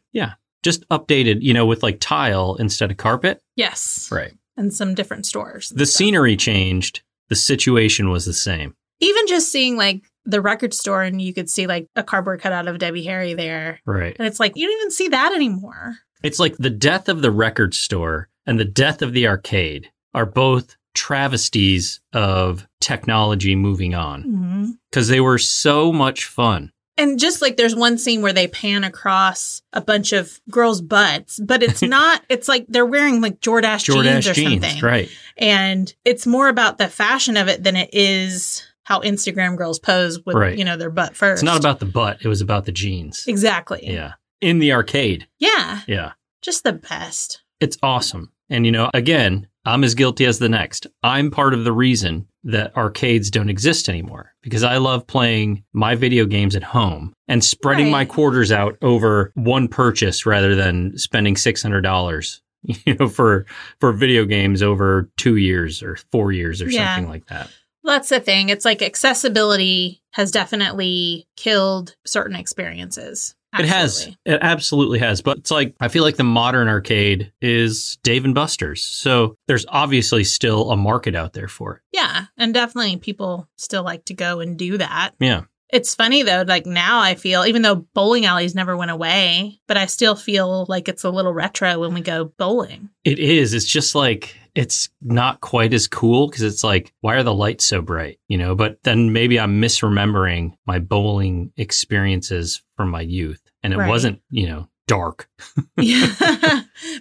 S2: just updated, you know, with like tile instead of carpet.
S1: Yes.
S2: Right.
S1: And some different stores.
S2: The scenery changed, the situation was the same.
S1: Even just seeing like the record store and you could see like a cardboard cutout of Debbie Harry there.
S2: Right.
S1: And it's like, you don't even see that anymore.
S2: It's like the death of the record store and the death of the arcade are both travesties of technology moving on
S1: Mhm.
S2: because they were so much fun.
S1: And just like there's one scene where they pan across a bunch of girls' butts, but it's not, it's like they're wearing like Jordache, jeans
S2: Jordache
S1: or
S2: jeans,
S1: something.
S2: right?
S1: And it's more about the fashion of it than it is how Instagram girls pose with,
S2: Right.
S1: you know, their butt first.
S2: It's not about the butt; it was about the jeans.
S1: Exactly.
S2: Yeah, in the arcade.
S1: Yeah.
S2: Yeah,
S1: Just the best.
S2: it's awesome. And you know, again, I'm as guilty as the next. I'm part of the reason that arcades don't exist anymore because I love playing my video games at home and spreading my
S1: Right.
S2: quarters out over one purchase rather than spending six hundred dollars. You know, for for video games over two years or four years or
S1: Yeah.
S2: something like that.
S1: That's the thing. It's like accessibility has definitely killed certain experiences.
S2: It has.
S1: Absolutely.
S2: It absolutely has. But it's like I feel like the modern arcade is Dave and Buster's. So there's obviously still a market out there for it.
S1: Yeah. And definitely people still like to go and do that.
S2: Yeah.
S1: It's funny though, like now I feel, even though bowling alleys never went away, but I still feel like it's a little retro when we go bowling.
S2: It is. It's just like it's not quite as cool because it's like, why are the lights so bright? You know, but then maybe I'm misremembering my bowling experiences from my youth. And it
S1: Right.
S2: wasn't, you know, dark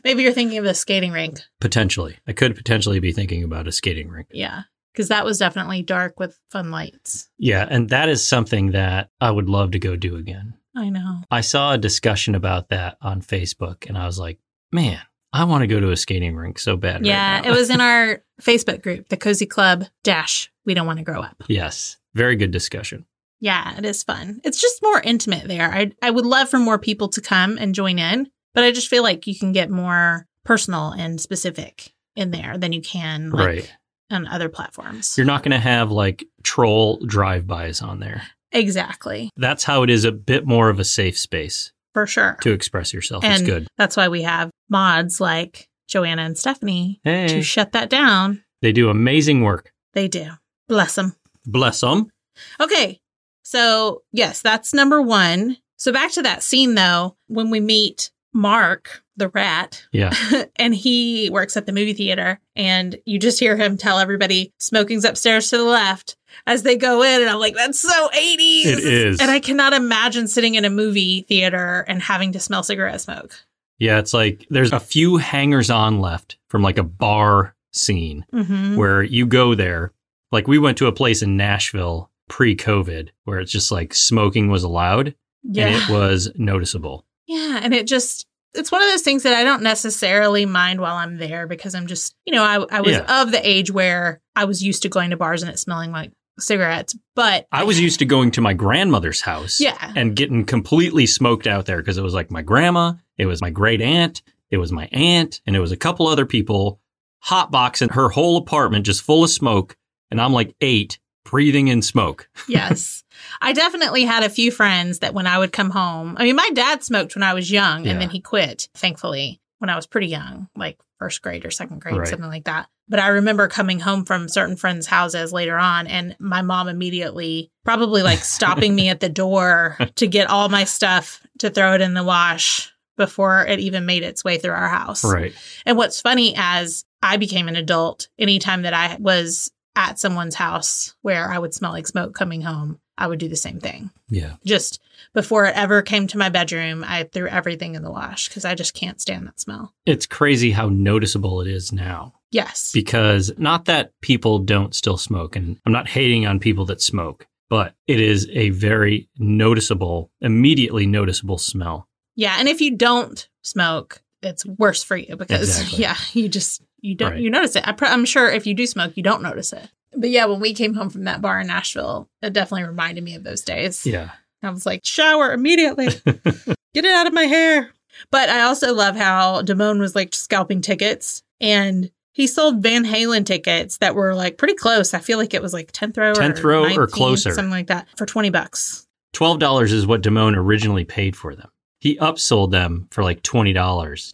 S1: Maybe you're thinking of the skating rink.
S2: potentially. I could potentially be thinking about a skating rink.
S1: Yeah. Because that was definitely dark with fun lights.
S2: Yeah. And that is something that I would love to go do again.
S1: I know.
S2: I saw a discussion about that on Facebook and I was like, man, I want to go to a skating rink so bad. right
S1: Yeah.
S2: now."
S1: It was in our Facebook group, the Cozy Club Dash. We don't want to grow up.
S2: yes. Very good discussion.
S1: Yeah, it is fun. It's just more intimate there. I I would love for more people to come and join in, but I just feel like you can get more personal and specific in there than you can like,
S2: right.
S1: on other platforms.
S2: You're not going to have like troll drive bys on there.
S1: exactly.
S2: That's how it is a bit more of a safe space
S1: For sure.
S2: to express yourself.
S1: and
S2: it's good.
S1: that's why we have mods like Joanna and Stephanie to
S2: Hey,
S1: shut that down.
S2: they do amazing work.
S1: They do. Bless them.
S2: Bless them.
S1: Okay. So, yes, that's number one. So, back to that scene though, when we meet Mark, the rat,
S2: Yeah.
S1: and he works at the movie theater, and you just hear him tell everybody, smoking's upstairs to the left as they go in. And I'm like, that's so 80s.
S2: It is.
S1: And I cannot imagine sitting in a movie theater and having to smell cigarette smoke.
S2: Yeah. It's like there's a few hangers on left from like a bar scene.
S1: Mm-hmm.
S2: where you go there. Like we went to a place in Nashville pre COVID where it's just like smoking was allowed
S1: Yeah.
S2: and it was noticeable.
S1: Yeah, and it just it's one of those things that I don't necessarily mind while I'm there because I'm just you know I I was
S2: Yeah.
S1: of the age where I was used to going to bars and it smelling like cigarettes, but
S2: I was used to going to my grandmother's house
S1: yeah
S2: and getting completely smoked out there because it was like my grandma, it was my great aunt, it was my aunt, and it was a couple other people hotboxing her whole apartment just full of smoke. And I'm like eight breathing in smoke.
S1: yes. I definitely had a few friends that when I would come home, I mean, my dad smoked when I was young
S2: Yeah.
S1: and then he quit, thankfully, when I was pretty young, like first grade or second grade,
S2: Right.
S1: something like that. But I remember coming home from certain friends' houses later on and my mom immediately probably like stopping me at the door to get all my stuff to throw it in the wash before it even made its way through our house.
S2: Right.
S1: And what's funny as I became an adult, anytime that I was at someone's house where I would smell like smoke coming home, I would do the same thing.
S2: Yeah.
S1: Just before it ever came to my bedroom, I threw everything in the wash because I just can't stand that smell.
S2: It's crazy how noticeable it is now.
S1: Yes.
S2: because not that people don't still smoke, and I'm not hating on people that smoke, but it is a very noticeable, immediately noticeable smell.
S1: yeah. And if you don't smoke, it's worse for you because,
S2: Exactly.
S1: yeah, you just, you don't,
S2: Right.
S1: you notice it. I pr- I'm sure if you do smoke, you don't notice it. But yeah, when we came home from that bar in Nashville, it definitely reminded me of those days.
S2: Yeah.
S1: I was like, shower immediately. Get it out of my hair. But I also love how Damone was like scalping tickets and he sold Van Halen tickets that were like pretty close. I feel like it was like 10th row
S2: 10th
S1: or
S2: row or
S1: 19th,
S2: closer.
S1: Something like that for 20 bucks.
S2: $12 is what Damone originally paid for them. He upsold them for like $20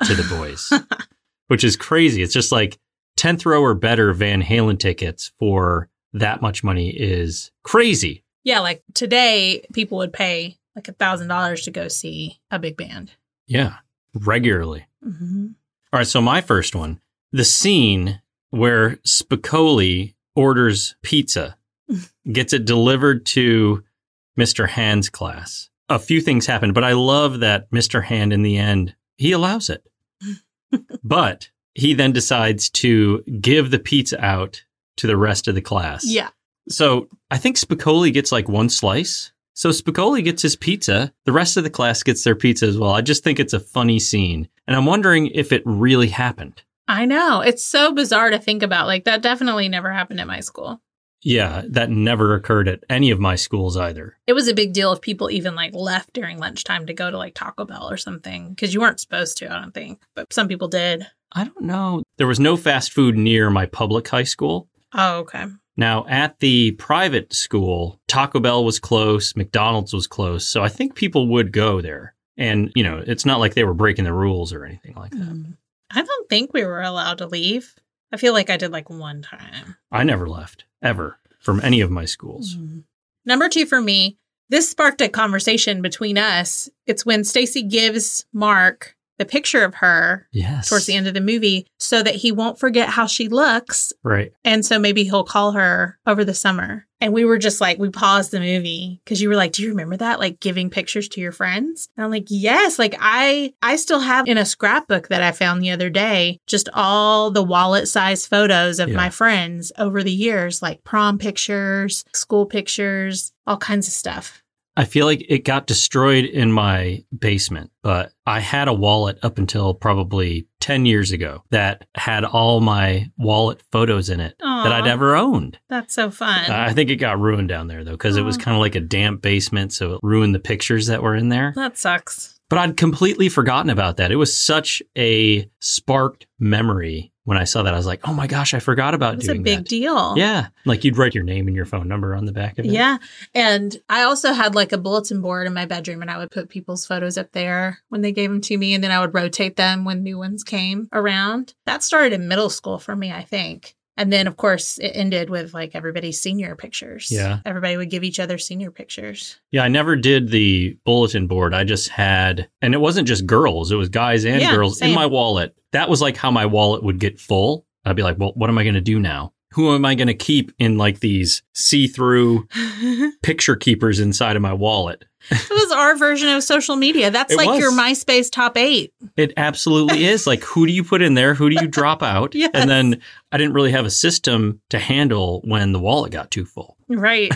S2: to the boys, which is crazy. It's just like 10th row or better Van Halen tickets for that much money is crazy.
S1: Yeah, like today people would pay like a $1,000 to go see a big band.
S2: Yeah. Regularly.
S1: hmm
S2: All right, so my first one, the scene where Spicoli orders pizza, gets it delivered to Mr. Hand's class. A few things happen, but I love that Mr. Hand in the end, he allows it. but he then decides to give the pizza out to the rest of the class.
S1: Yeah.
S2: So I think Spicoli gets like one slice. So Spicoli gets his pizza. The rest of the class gets their pizza as well. I just think it's a funny scene. And I'm wondering if it really happened.
S1: I know. It's so bizarre to think about. Like, that definitely never happened at my school.
S2: Yeah, that never occurred at any of my schools either.
S1: It was a big deal if people even like left during lunchtime to go to like Taco Bell or something because you weren't supposed to, I don't think, but some people did.
S2: I don't know. There was no fast food near my public high school.
S1: Oh, okay.
S2: Now, at the private school, Taco Bell was close, McDonald's was close. So I think people would go there. And, you know, it's not like they were breaking the rules or anything like
S1: Mm.
S2: that.
S1: I don't think we were allowed to leave. I feel like I did like one time.
S2: I never left ever from any of my schools.
S1: Number two for me, this sparked a conversation between us. It's when Stacy gives Mark the picture of her
S2: Yes.
S1: towards the end of the movie so that he won't forget how she looks.
S2: Right.
S1: And so maybe he'll call her over the summer. And we were just like, we paused the movie because you were like, do you remember that? Like giving pictures to your friends? And I'm like, yes. Like I, I still have in a scrapbook that I found the other day, just all the wallet size photos of
S2: Yeah.
S1: my friends over the years, like prom pictures, school pictures, all kinds of stuff.
S2: I feel like it got destroyed in my basement, but I had a wallet up until probably 10 years ago that had all my wallet photos in it that
S1: Aw.
S2: I'd ever owned.
S1: That's so fun.
S2: I think it got ruined down there though, because it was
S1: Aw.
S2: kind of like a damp basement. So it ruined the pictures that were in there.
S1: that sucks.
S2: But I'd completely forgotten about that. It was such a sparked memory when I saw that. I was like, oh my gosh, I forgot about
S1: It's a
S2: doing
S1: big
S2: that.
S1: deal.
S2: Yeah. Like you'd write your name and your phone number on the back of it.
S1: Yeah. And I also had like a bulletin board in my bedroom and I would put people's photos up there when they gave them to me and then I would rotate them when new ones came around. That started in middle school for me, I think. And then of course it ended with like everybody's senior pictures.
S2: Yeah.
S1: Everybody would give each other senior pictures.
S2: Yeah, I never did the bulletin board. I just had, and it wasn't just girls, it was guys and
S1: Yeah,
S2: girls
S1: same.
S2: in my wallet. That was like how my wallet would get full. I'd be like, well, what am I going to do now? Who am I going to keep in like these see through
S1: it
S2: picture keepers inside of my wallet?
S1: was our version of social media. That's
S2: It
S1: like your
S2: was.
S1: MySpace top eight.
S2: It absolutely is. Like, who do you put in there? Who do you drop out?
S1: Yes.
S2: And then I didn't really have a system to handle when the wallet got too full.
S1: Right.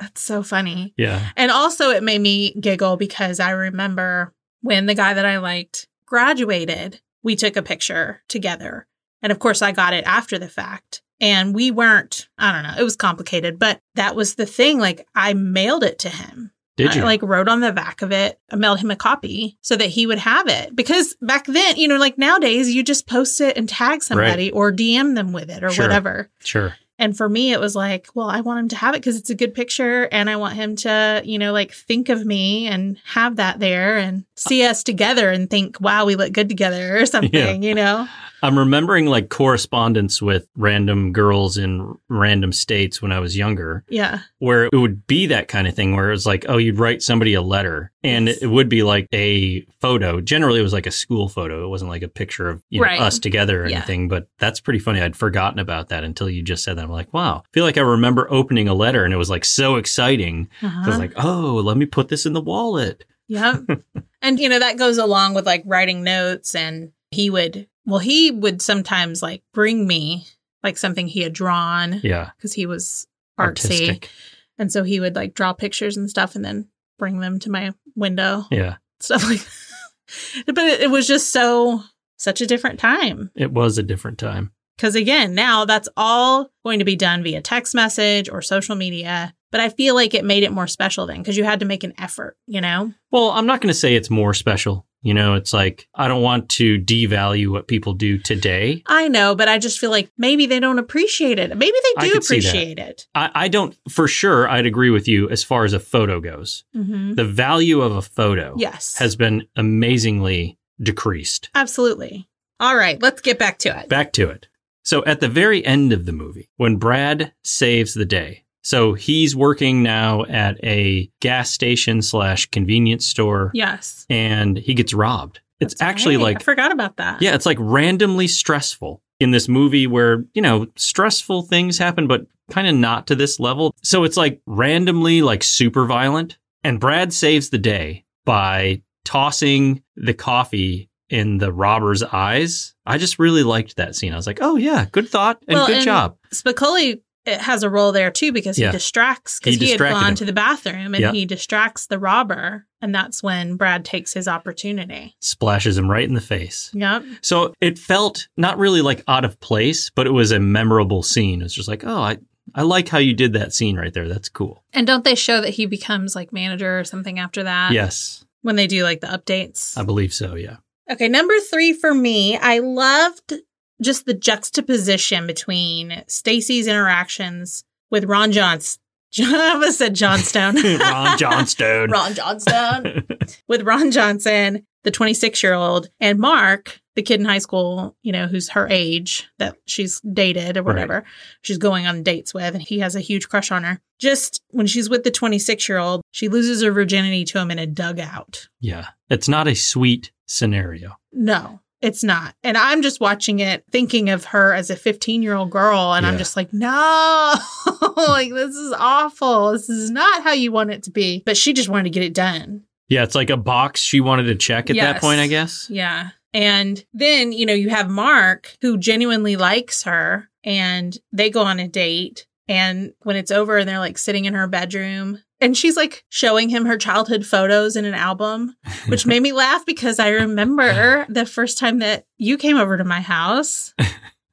S1: That's so funny.
S2: Yeah.
S1: And also, it made me giggle because I remember when the guy that I liked graduated, we took a picture together. And of course, I got it after the fact. And we weren't, I don't know, it was complicated, but that was the thing. Like, I mailed it to him.
S2: Did you?
S1: I like wrote on the back of it, I mailed him a copy so that he would have it. Because back then, you know, like nowadays, you just post it and tag somebody or DM them with it or
S2: Sure.
S1: whatever.
S2: sure.
S1: And for me, it was like, well, I want him to have it because it's a good picture and I want him to, you know, like think of me and have that there and see us together and think, wow, we look good together or something, you know?
S2: I'm remembering like correspondence with random girls in random states when I was younger,
S1: Yeah.
S2: where it would be that kind of thing where it was like, oh, you'd write somebody a letter and
S1: Yes.
S2: it would be like a photo. Generally, it was like a school photo. It wasn't like a picture of you know,
S1: Right.
S2: us together or
S1: Yeah.
S2: anything, but that's pretty funny. I'd forgotten about that until you just said that. I'm like, wow, I feel like I remember opening a letter and it was like so exciting. I was
S1: Uh-huh.
S2: like, oh, let me put this in the wallet.
S1: Yep. and, you know, that goes along with like writing notes. And he would, well, he would sometimes like bring me like something he had drawn
S2: Yeah.
S1: because he was artsy.
S2: Artistic.
S1: And so he would like draw pictures and stuff and then bring them to my window.
S2: Yeah.
S1: stuff like that. But it, it was just so such a different time
S2: It was a different time.
S1: because again, now that's all going to be done via text message or social media. But I feel like it made it more special then because you had to make an effort, you know?
S2: Well, I'm not going to say it's more special. You know, it's like I don't want to devalue what people do today.
S1: I know, but I just feel like maybe they don't appreciate it. Maybe they
S2: I
S1: do
S2: could see that.
S1: appreciate it.
S2: I, I don't, for sure, I'd agree with you as far as a photo goes.
S1: Mm-hmm.
S2: The value of a photo
S1: Yes.
S2: Oh, has been amazingly decreased.
S1: Absolutely. All right, let's get back to it.
S2: Back to it. So at the very end of the movie, when Brad saves the day, so he's working now at a gas station slash convenience store
S1: Yes.
S2: and he gets robbed. It's
S1: That's
S2: actually
S1: right. I
S2: like
S1: forgot about that.
S2: Yeah, it's like randomly stressful. in this movie where, you know, stressful things happen, but kind of not to this level. So it's like randomly like super violent. And Brad saves the day by tossing the coffee in the robber's eyes. I just really liked that scene. I was like, oh, yeah, good thought and
S1: Well,
S2: good
S1: and
S2: job.
S1: Spicoli it has a role there too because
S2: Yeah.
S1: he distracts because
S2: He
S1: he, had
S2: distracted
S1: gone
S2: him.
S1: to the bathroom and
S2: Yeah.
S1: he distracts the robber, and that's when Brad takes his opportunity.
S2: Splashes him right in the face.
S1: Yep.
S2: So it felt not really like out of place, but it was a memorable scene. It was just like, oh, I, I like how you did that scene right there. That's cool.
S1: And don't they show that he becomes like manager or something after that?
S2: yes,
S1: When they do like the updates.
S2: I believe so. Yeah.
S1: Okay, number three for me, I loved just the juxtaposition between Stacy's interactions with Ron Johns. I almost said Johnstone.
S2: Ron Johnstone.
S1: Ron Johnstone. with Ron Johnson, the 26 year old, and Mark, the kid in high school, you know, who's her age that she's dated or
S2: Right.
S1: whatever, she's going on dates with, and he has a huge crush on her. Just when she's with the 26 year old, she loses her virginity to him in a dugout.
S2: Yeah. It's not a sweet scenario.
S1: No, it's not. And I'm just watching it thinking of her as a 15 year old girl. And I'm
S2: Yeah.
S1: just like, no, like this is awful. This is not how you want it to be. But she just wanted to get it done.
S2: Yeah. It's like a box she wanted to check at that
S1: Yes.
S2: point, I guess.
S1: Yeah. And then, you know, you have Mark who genuinely likes her and they go on a date. And when it's over and they're like sitting in her bedroom and she's like showing him her childhood photos in an album, which made me laugh because I remember the first time that you came over to my house,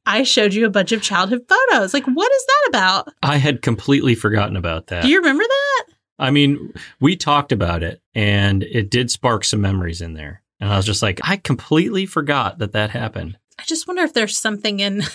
S1: I showed you a bunch of childhood photos. Like, what is that about?
S2: I had completely forgotten about that.
S1: Do you remember that?
S2: I mean, we talked about it and it did spark some memories in there. And I was just like, I completely forgot that that happened.
S1: I just wonder if there's something in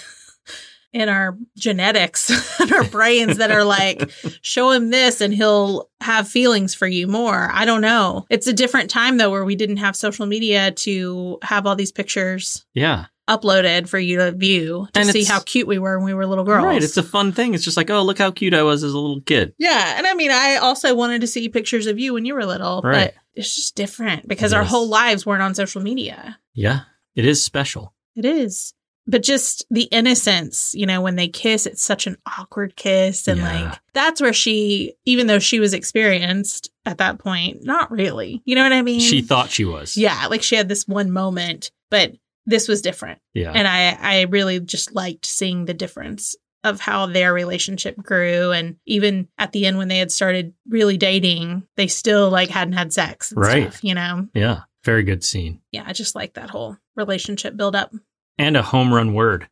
S1: in our genetics, in our brains that are like, show him this and he'll have feelings for you more. I don't know. It's a different time though where we didn't have social media to have all these pictures
S2: Yeah.
S1: uploaded for you to view to
S2: And
S1: see
S2: it's-
S1: how cute we were when we were little girls.
S2: Right. It's a fun thing. It's just like, oh, look how cute I was as a little kid.
S1: yeah, and I mean, I also wanted to see pictures of you when you were little,
S2: Right.
S1: but it's just different because
S2: It
S1: our
S2: is.
S1: whole lives weren't on social media.
S2: Yeah. It is special.
S1: It is. But just the innocence, you know, when they kiss, it's such an awkward kiss. And
S2: Yeah.
S1: like, that's where she, even though she was experienced at that point, not really. You know what I mean?
S2: She thought she was.
S1: Mm. Yeah. Like she had this one moment, but this was different.
S2: Yeah.
S1: And I, I really just liked seeing the difference of how their relationship grew. And even at the end, when they had started really dating, they still like hadn't had sex. And
S2: Right.
S1: Stuff, you know?
S2: yeah. Very good scene.
S1: Yeah. I just like that whole relationship build up.
S2: And a home run word.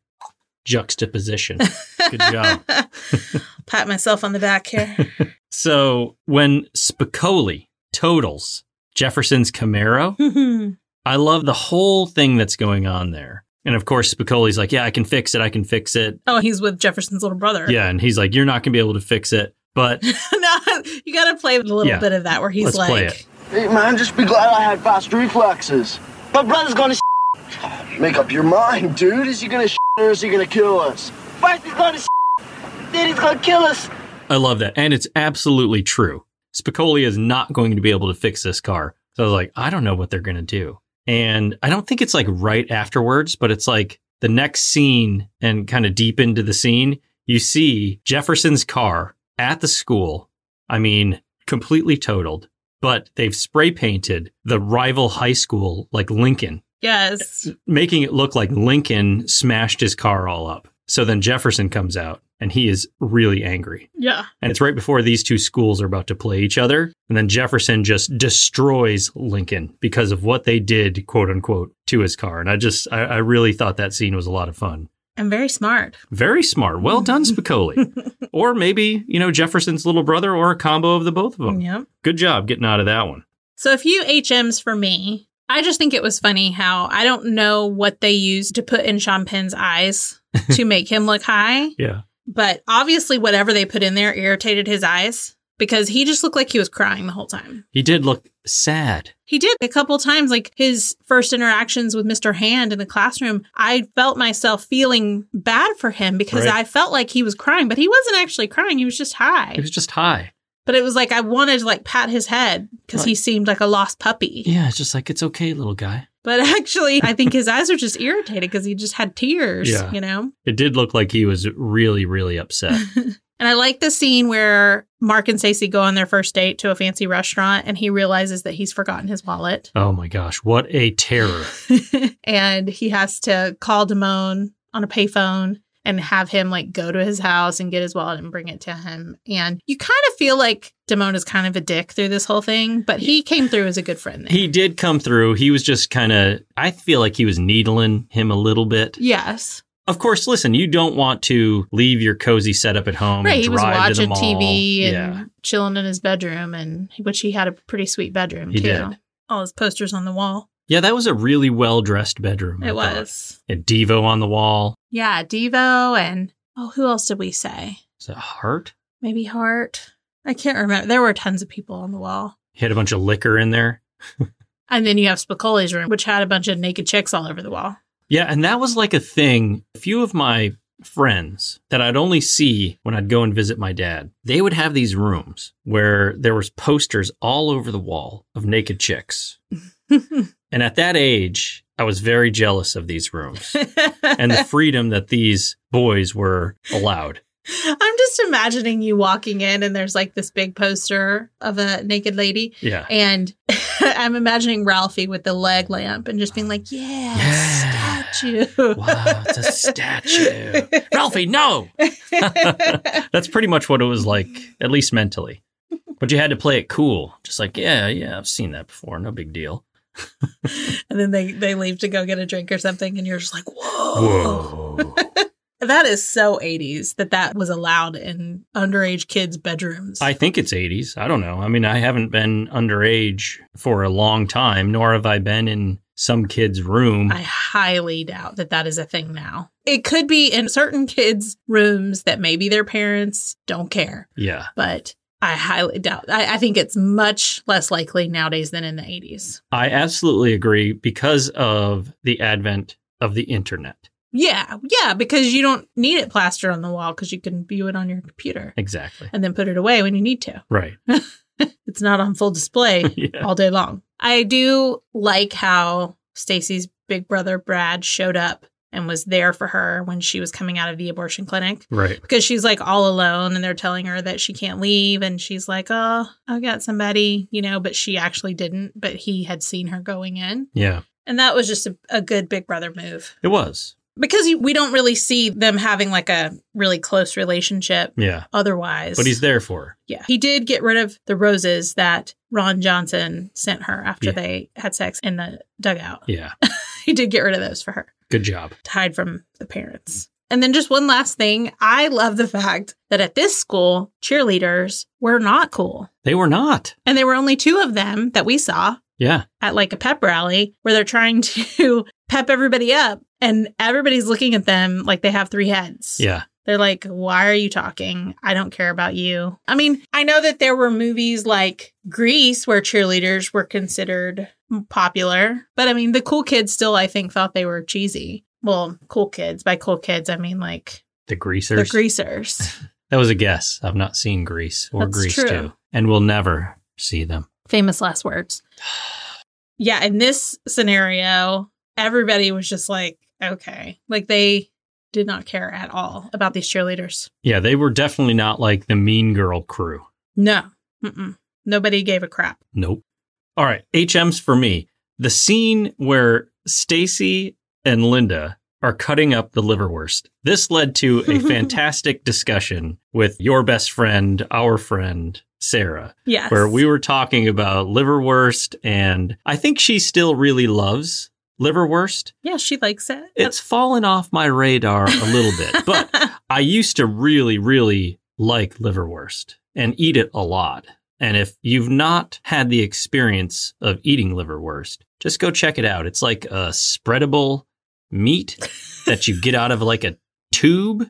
S2: Juxtaposition. Good job.
S1: Pat myself on the back here.
S2: so when Spicoli totals Jefferson's Camaro, I love the whole thing that's going on there. And of course, Spicoli's like, yeah, I can fix it. I can fix it.
S1: oh, he's with Jefferson's little brother.
S2: Yeah. And he's like, you're not going to be able to fix it. But
S1: no, you got to play with a little
S2: Yeah.
S1: bit of that where he's
S2: Let's
S1: like,
S2: play it.
S5: Hey, man, just be glad I had fast reflexes. My brother's gonna s- make up your mind, dude. Is he gonna s- or is he gonna kill us? First he's gonna s- then he's gonna kill us.
S2: I love that. And it's absolutely true. Spicoli is not going to be able to fix this car. So I was like, I don't know what they're going to do. And I don't think it's like right afterwards, but it's like the next scene and kind of deep into the scene, you see Jefferson's car at the school. I mean, completely totaled, but they've spray painted the rival high school like Lincoln
S1: yes.
S2: making it look like Lincoln smashed his car all up. So then Jefferson comes out and he is really angry.
S1: Yeah.
S2: And it's right before these two schools are about to play each other. And then Jefferson just destroys Lincoln because of what they did, quote unquote, to his car. And I just, I, I really thought that scene was a lot of fun.
S1: And very smart.
S2: Very smart. Well done, Spicoli. or maybe, you know, Jefferson's little brother or a combo of the both of them.
S1: Yep.
S2: Good job getting out of that one.
S1: So a few HMs for me. I just think it was funny how I don't know what they used to put in Sean Penn's eyes to make him look high,
S2: Yeah.
S1: but obviously whatever they put in there irritated his eyes because he just looked like he was crying the whole time.
S2: He did look sad.
S1: He did a couple times, like his first interactions with Mr. Hand in the classroom. I felt myself feeling bad for him because
S2: Right.
S1: I felt like he was crying, but he wasn't actually crying. He was just high.
S2: He was just high.
S1: but it was like I wanted to like pat his head because he seemed like a lost puppy.
S2: Yeah, it's just like, it's okay, little guy.
S1: But actually, I think his eyes are just irritated because he just had tears,
S2: Yeah.
S1: you know?
S2: It did look like he was really, really upset.
S1: And I like the scene where Mark and Stacey go on their first date to a fancy restaurant and he realizes that he's forgotten his wallet.
S2: oh my gosh, what a terror.
S1: and he has to call Damone on a payphone and have him like go to his house and get his wallet and bring it to him. And you kind of feel like Damone is kind of a dick through this whole thing, but he came through as a good friend. There.
S2: He did come through. He was just kind of, I feel like he was needling him a little bit.
S1: yes.
S2: Of course, listen, you don't want to leave your cozy setup at home.
S1: Right.
S2: and
S1: He was
S2: drive to the
S1: watching
S2: mall.
S1: TV and
S2: yeah.
S1: chilling in his bedroom, and which he had a pretty sweet bedroom
S2: He
S1: too.
S2: did.
S1: All his posters on the wall.
S2: Yeah, that was a really well dressed bedroom.
S1: it
S2: I thought.
S1: was.
S2: And Devo on the wall.
S1: Yeah. Devo and oh, who else did we say?
S2: Is that Hart?
S1: Maybe Hart. I can't remember. There were tons of people on the wall.
S2: He had a bunch of liquor in there.
S1: And then you have Spicoli's room, which had a bunch of naked chicks all over the wall.
S2: Yeah, and that was like a thing. A few of my friends that I'd only see when I'd go and visit my dad, they would have these rooms where there was posters all over the wall of naked chicks. and at that age, I was very jealous of these rooms and the freedom that these boys were allowed.
S1: I'm just imagining you walking in and there's like this big poster of a naked lady.
S2: Yeah.
S1: And I'm imagining Ralphie with the leg lamp and just being like, yeah,
S2: Yeah.
S1: statue.
S2: Wow, it's a statue. Ralphie, no. That's pretty much what it was like, at least mentally. But you had to play it cool. Just like, yeah, yeah, I've seen that before. No big deal.
S1: and then they, they leave to go get a drink or something. And you're just like, whoa.
S2: Whoa.
S1: That is so 80s that that was allowed in underage kids' bedrooms.
S2: I think it's 80s. I don't know. I mean, I haven't been underage for a long time, nor have I been in some kid's room.
S1: I highly doubt that that is a thing now. It could be in certain kids' rooms that maybe their parents don't care,
S2: yeah.
S1: but I highly doubt. I, I think it's much less likely nowadays than in the 80s.
S2: I absolutely agree because of the advent of the internet.
S1: Yeah, yeah, because you don't need it plastered on the wall because you can view it on your computer
S2: Exactly.
S1: and then put it away when you need to.
S2: Right.
S1: It's not on full display
S2: Yeah.
S1: all day long. I do like how Stacy's big brother Brad showed up and was there for her when she was coming out of the abortion clinic.
S2: Right.
S1: because she's like all alone and they're telling her that she can't leave and she's like oh i got somebody you know but she actually didn't but he had seen her going in
S2: Yeah.
S1: and that was just a, a good big brother move
S2: It was.
S1: because you, we don't really see them having like a really close relationship
S2: Yeah.
S1: otherwise
S2: But he's there for her.
S1: yeah he did get rid of the roses that ron johnson sent her after
S2: Yeah.
S1: they had sex in the dugout
S2: Yeah.
S1: he did get rid of those for her
S2: Good job.
S1: to hide from the parents. And then just one last thing. I love the fact that at this school, cheerleaders were not cool.
S2: They were not.
S1: And there were only two of them that we saw
S2: Yeah.
S1: at like a pep rally where they're trying to pep everybody up and everybody's looking at them like they have three heads.
S2: Yeah.
S1: They're like, why are you talking? I don't care about you. I mean, I know that there were movies like Grease where cheerleaders were considered popular, but I mean, the cool kids still, I think, thought they were cheesy. Well, cool kids. By cool kids, I mean like
S2: The greasers.
S1: the greasers.
S2: that was a guess. I've not seen Grease or
S1: That's
S2: Grease
S1: true.
S2: 2. And we'll never see them.
S1: Famous last words. Yeah, in this scenario, everybody was just like, okay. Like they did not care at all about these cheerleaders.
S2: Yeah. They were definitely not like the mean girl crew.
S1: No. Mm-mm. Nobody gave a crap.
S2: Nope. All right, HM's for me. The scene where Stacy and Linda are cutting up the liverwurst. This led to a fantastic discussion with your best friend, our friend Sarah,
S1: Yes.
S2: where we were talking about liverwurst and I think she still really loves liverwurst.
S1: Yeah, she likes it.
S2: It's fallen off my radar a little bit, but I used to really, really like liverwurst and eat it a lot. And if you've not had the experience of eating liverwurst, just go check it out. It's like a spreadable meat that you get out of like a tube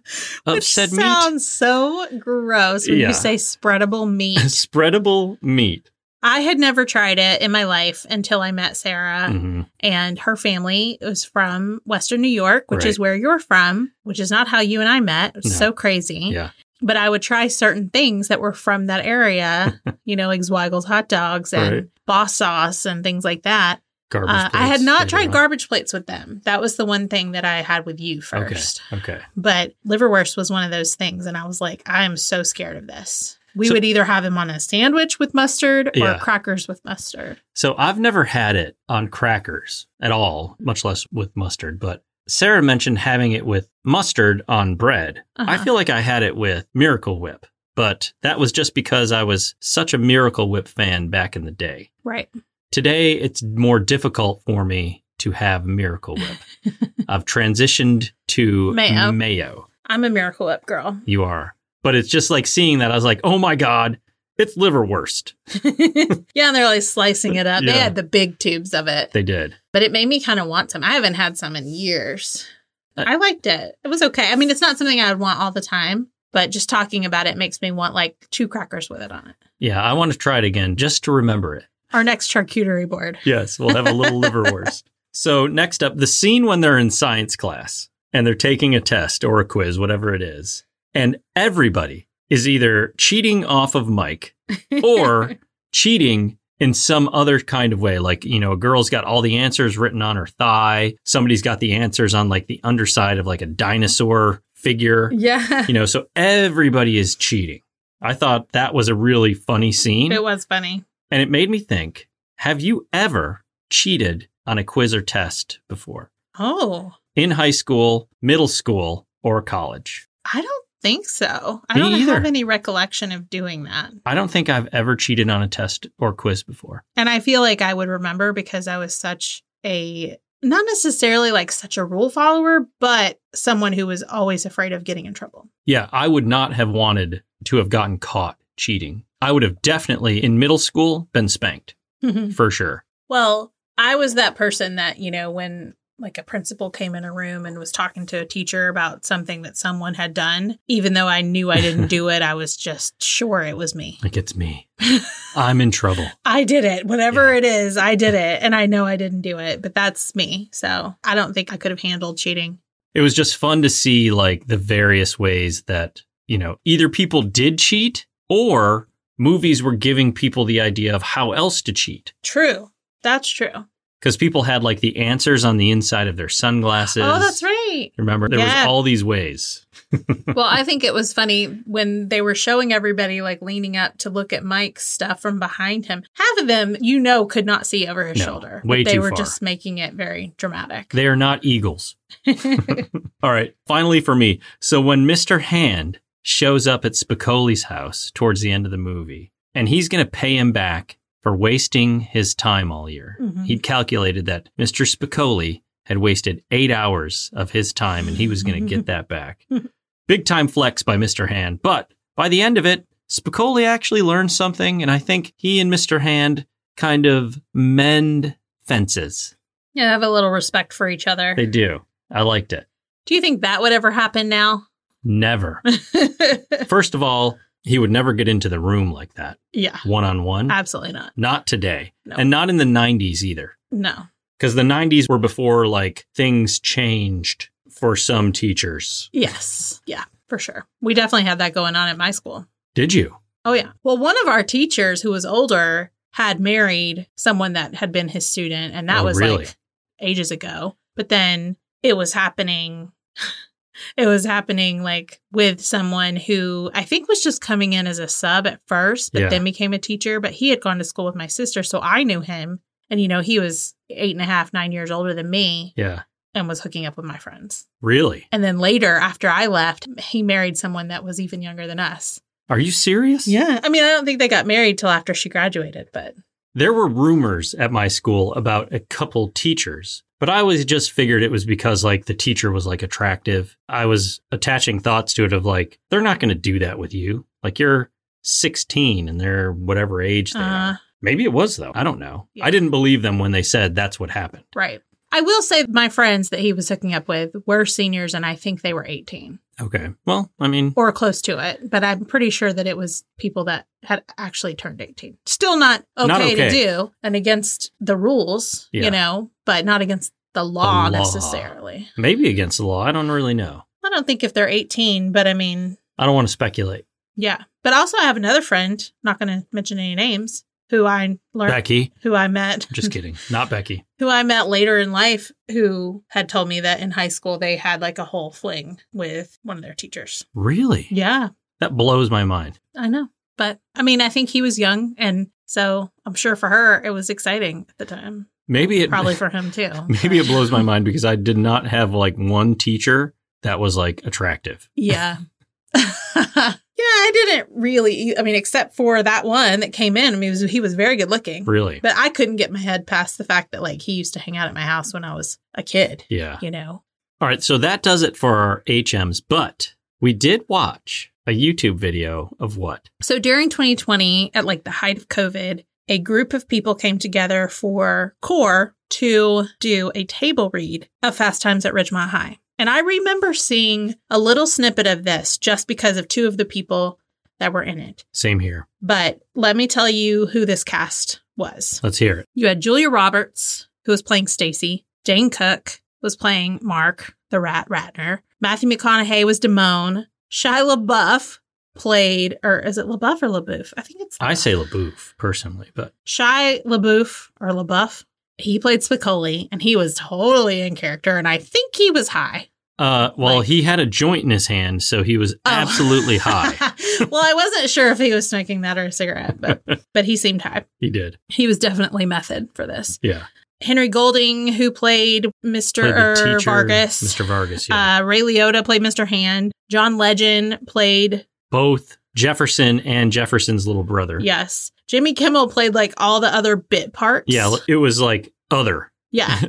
S2: of
S1: Which
S2: said meat.
S1: sounds so gross when
S2: Yeah.
S1: you say spreadable meat.
S2: spreadable meat.
S1: I had never tried it in my life until I met Sarah
S2: Mhm.
S1: and her family was from Western New York, which is
S2: Right.
S1: where you're from, which is not how you and I met. It's
S2: No.
S1: so crazy.
S2: Yeah.
S1: But I would try certain things that were from that area, you know, like Zweigel's hot dogs and
S2: Right.
S1: boss sauce and things like that.
S2: garbage.
S1: Uh, I had
S2: plates
S1: not
S2: later
S1: tried
S2: on.
S1: garbage plates with them. That was the one thing that I had with you first.
S2: Okay. Okay.
S1: But liverwurst was one of those things, and I was like, I am so scared of this. We
S2: So-
S1: would either have him on a sandwich with mustard or
S2: Yeah.
S1: crackers with mustard.
S2: So I've never had it on crackers at all, much less with mustard. But Sarah mentioned having it with mustard on bread. I
S1: Uh-huh.
S2: feel like I had it with Miracle Whip, but that was just because I was such a Miracle Whip fan back in the day.
S1: Right.
S2: Today, it's more difficult for me to have Miracle Whip. I've transitioned to
S1: Mayo.
S2: mayo.
S1: I'm a Miracle Whip girl.
S2: You are. But it's just like seeing that, I was like, oh my God, it's liverwurst.
S1: yeah, and they're like slicing it up. They
S2: Yeah.
S1: had the big tubes of it,
S2: They did.
S1: but it made me kind of want some. I haven't had some in years.
S2: Uh,
S1: I liked it. It was okay. I mean, it's not something I would want all the time, but just talking about it makes me want like two crackers with it on it.
S2: Yeah, I want to try it again just to remember it.
S1: Our next charcuterie board.
S2: Yes, we'll have a little liverwurst. So, next up, the scene when they're in science class and they're taking a test or a quiz, whatever it is, and everybody is either cheating off of Mike or cheating in some other kind of way. Like, you know, a girl's got all the answers written on her thigh, somebody's got the answers on like the underside of like a dinosaur figure,
S1: Yeah.
S2: you know, so everybody is cheating. I thought that was a really funny scene.
S1: It was funny.
S2: And it made me think have you ever cheated on a quiz or test before?
S1: Oh,
S2: In high school, middle school, or college?
S1: I don't think so. I
S2: Me
S1: don't
S2: either.
S1: have any recollection of doing that.
S2: I don't think I've ever cheated on a test or quiz before.
S1: And I feel like I would remember because I was such a not necessarily like such a rule follower, but someone who was always afraid of getting in trouble.
S2: Yeah, I would not have wanted to have gotten caught cheating. I would have definitely, in middle school, been spanked for sure.
S1: well, I was that person that, you know, when like a principal came in a room and was talking to a teacher about something that someone had done, even though I knew I didn't do it, I was just sure it was me.
S2: Like, it's me. I'm in trouble.
S1: I did it. Whatever
S2: Yeah.
S1: it is, I did it. And I know I didn't do it, but that's me. So I don't think I could have handled cheating.
S2: It was just fun to see, like, the various ways that, you know, either people did cheat or movies were giving people the idea of how else to cheat.
S1: True. That's true.
S2: because people had like the answers on the inside of their sunglasses.
S1: Oh, that's right.
S2: Remember, there
S1: Yeah.
S2: was all these ways.
S1: well, I think it was funny when they were showing everybody like leaning up to look at Mike's stuff from behind him. Half of them, you know, could not see over his
S2: No,
S1: shoulder.
S2: way
S1: they
S2: too
S1: were
S2: far.
S1: just making it very dramatic.
S2: They are not eagles. All right, finally for me. So when Mr. Hand shows up at Spicoli's house towards the end of the movie, and he's going to pay him back for wasting his time all year,
S1: Mhm.
S2: he'd calculated that Mr. Spicoli had wasted eight hours of his time and he was going to get that back. Big time flex by Mr. Hand. But by the end of it, Spicoli actually learned something, and I think he and Mr. Hand kind of mend fences.
S1: yeah, have a little respect for each other.
S2: They do. I liked it.
S1: Do you think that would ever happen now?
S2: Never. First of all, he would never get into the room like that,
S1: yeah,
S2: one on one.
S1: absolutely not.
S2: Not today.
S1: No.
S2: And not in the 90s either.
S1: No.
S2: Because the 90s were before, like, things changed for some teachers.
S1: Yes. Yeah, for sure. We definitely had that going on at my school.
S2: Did you?
S1: Oh, yeah. Well, one of our teachers who was older had married someone that had been his student, and that
S2: Oh,
S1: was
S2: really?
S1: like ages ago. But then it was happening. It was happening like with someone who I think was just coming in as a sub at first, but
S2: Yeah.
S1: then became a teacher. But he had gone to school with my sister, so I knew him. And, you know, he was eight and a half, nine years older than me
S2: Yeah.
S1: and was hooking up with my friends.
S2: Really?
S1: And then later, after I left, he married someone that was even younger than us.
S2: Are you serious?
S1: Yeah. I mean, I don't think they got married till after she graduated, but
S2: There were rumors at my school about a couple teachers, but I always just figured it was because, like, the teacher was, like, attractive. I was attaching thoughts to it of, like, they're not going to do that with you. Like, you're 16 and they're whatever age they are.
S1: uh,
S2: Maybe it was though. I don't know.
S1: Yeah.
S2: I didn't believe them when they said that's what happened.
S1: right. I will say my friends that he was hooking up with were seniors and I think they were 18
S2: Okay. Well, I mean,
S1: or close to it, but I'm pretty sure that it was people that had actually turned 18. Still not okay,
S2: Not okay.
S1: to do and against the rules,
S2: Yeah.
S1: you know, but not against the law,
S2: law.
S1: necessarily.
S2: maybe against the law. I don't really know.
S1: I don't think if they're 18, but I mean,
S2: I don't want to speculate.
S1: yeah. But also, I have another friend, not going to mention any names, who I learned,
S2: Becky.
S1: who I met,
S2: Just kidding. Not Becky.
S1: who I met later in life, who had told me that in high school they had like a whole fling with one of their teachers.
S2: Really?
S1: Yeah,
S2: That blows my mind.
S1: I know. But I mean, I think he was young. And so I'm sure for her, it was exciting at the time.
S2: Maybe it
S1: Probably for him too.
S2: maybe it blows my mind because I did not have like one teacher that was like attractive.
S1: Yeah. yeah, I didn't really. I mean, except for that one that came in. I mean, he was, he was very good looking,
S2: Really.
S1: but I couldn't get my head past the fact that like he used to hang out at my house when I was a kid.
S2: Yeah.
S1: You know,
S2: All right, so that does it for our HMs, but we did watch a YouTube video of what?
S1: So during 2020, at like the height of COVID, a group of people came together for CORE to do a table read of Fast Times at Ridgemont High. And I remember seeing a little snippet of this just because of two of the people that were in it.
S2: Same here.
S1: But let me tell you who this cast was.
S2: Let's hear it.
S1: You had Julia Roberts, who was playing Stacy. Jane Cook was playing Mark, the Rat Ratner. Matthew McConaughey was Damone. Shia LaBeouf played, or is it LaBeouf or LaBeouf? I think it's.
S2: I
S1: LaBeouf.
S2: say LaBouffe personally, but
S1: Shia LaBeouf or LaBeouf. He played Spicoli, and he was totally in character, and I think he was high.
S2: uh well,
S1: Like-
S2: he had a joint in his hand, so he was
S1: Oh.
S2: absolutely high.
S1: well, I wasn't sure if he was smoking that or a cigarette, but but he seemed high.
S2: He did.
S1: He was definitely method for this.
S2: Yeah.
S1: Henry Golding, who played Mr.
S2: Played the
S1: er, Vargas.
S2: Mr. Vargas, yeah.
S1: Uh, Ray Liotta played Mr. Hand. John Legend played,
S2: Both Jefferson and Jefferson's little brother.
S1: yes. Jimmy Kimmel played like all the other bit parts.
S2: Yeah, Mm-hmm. it was like other.
S1: Yeah.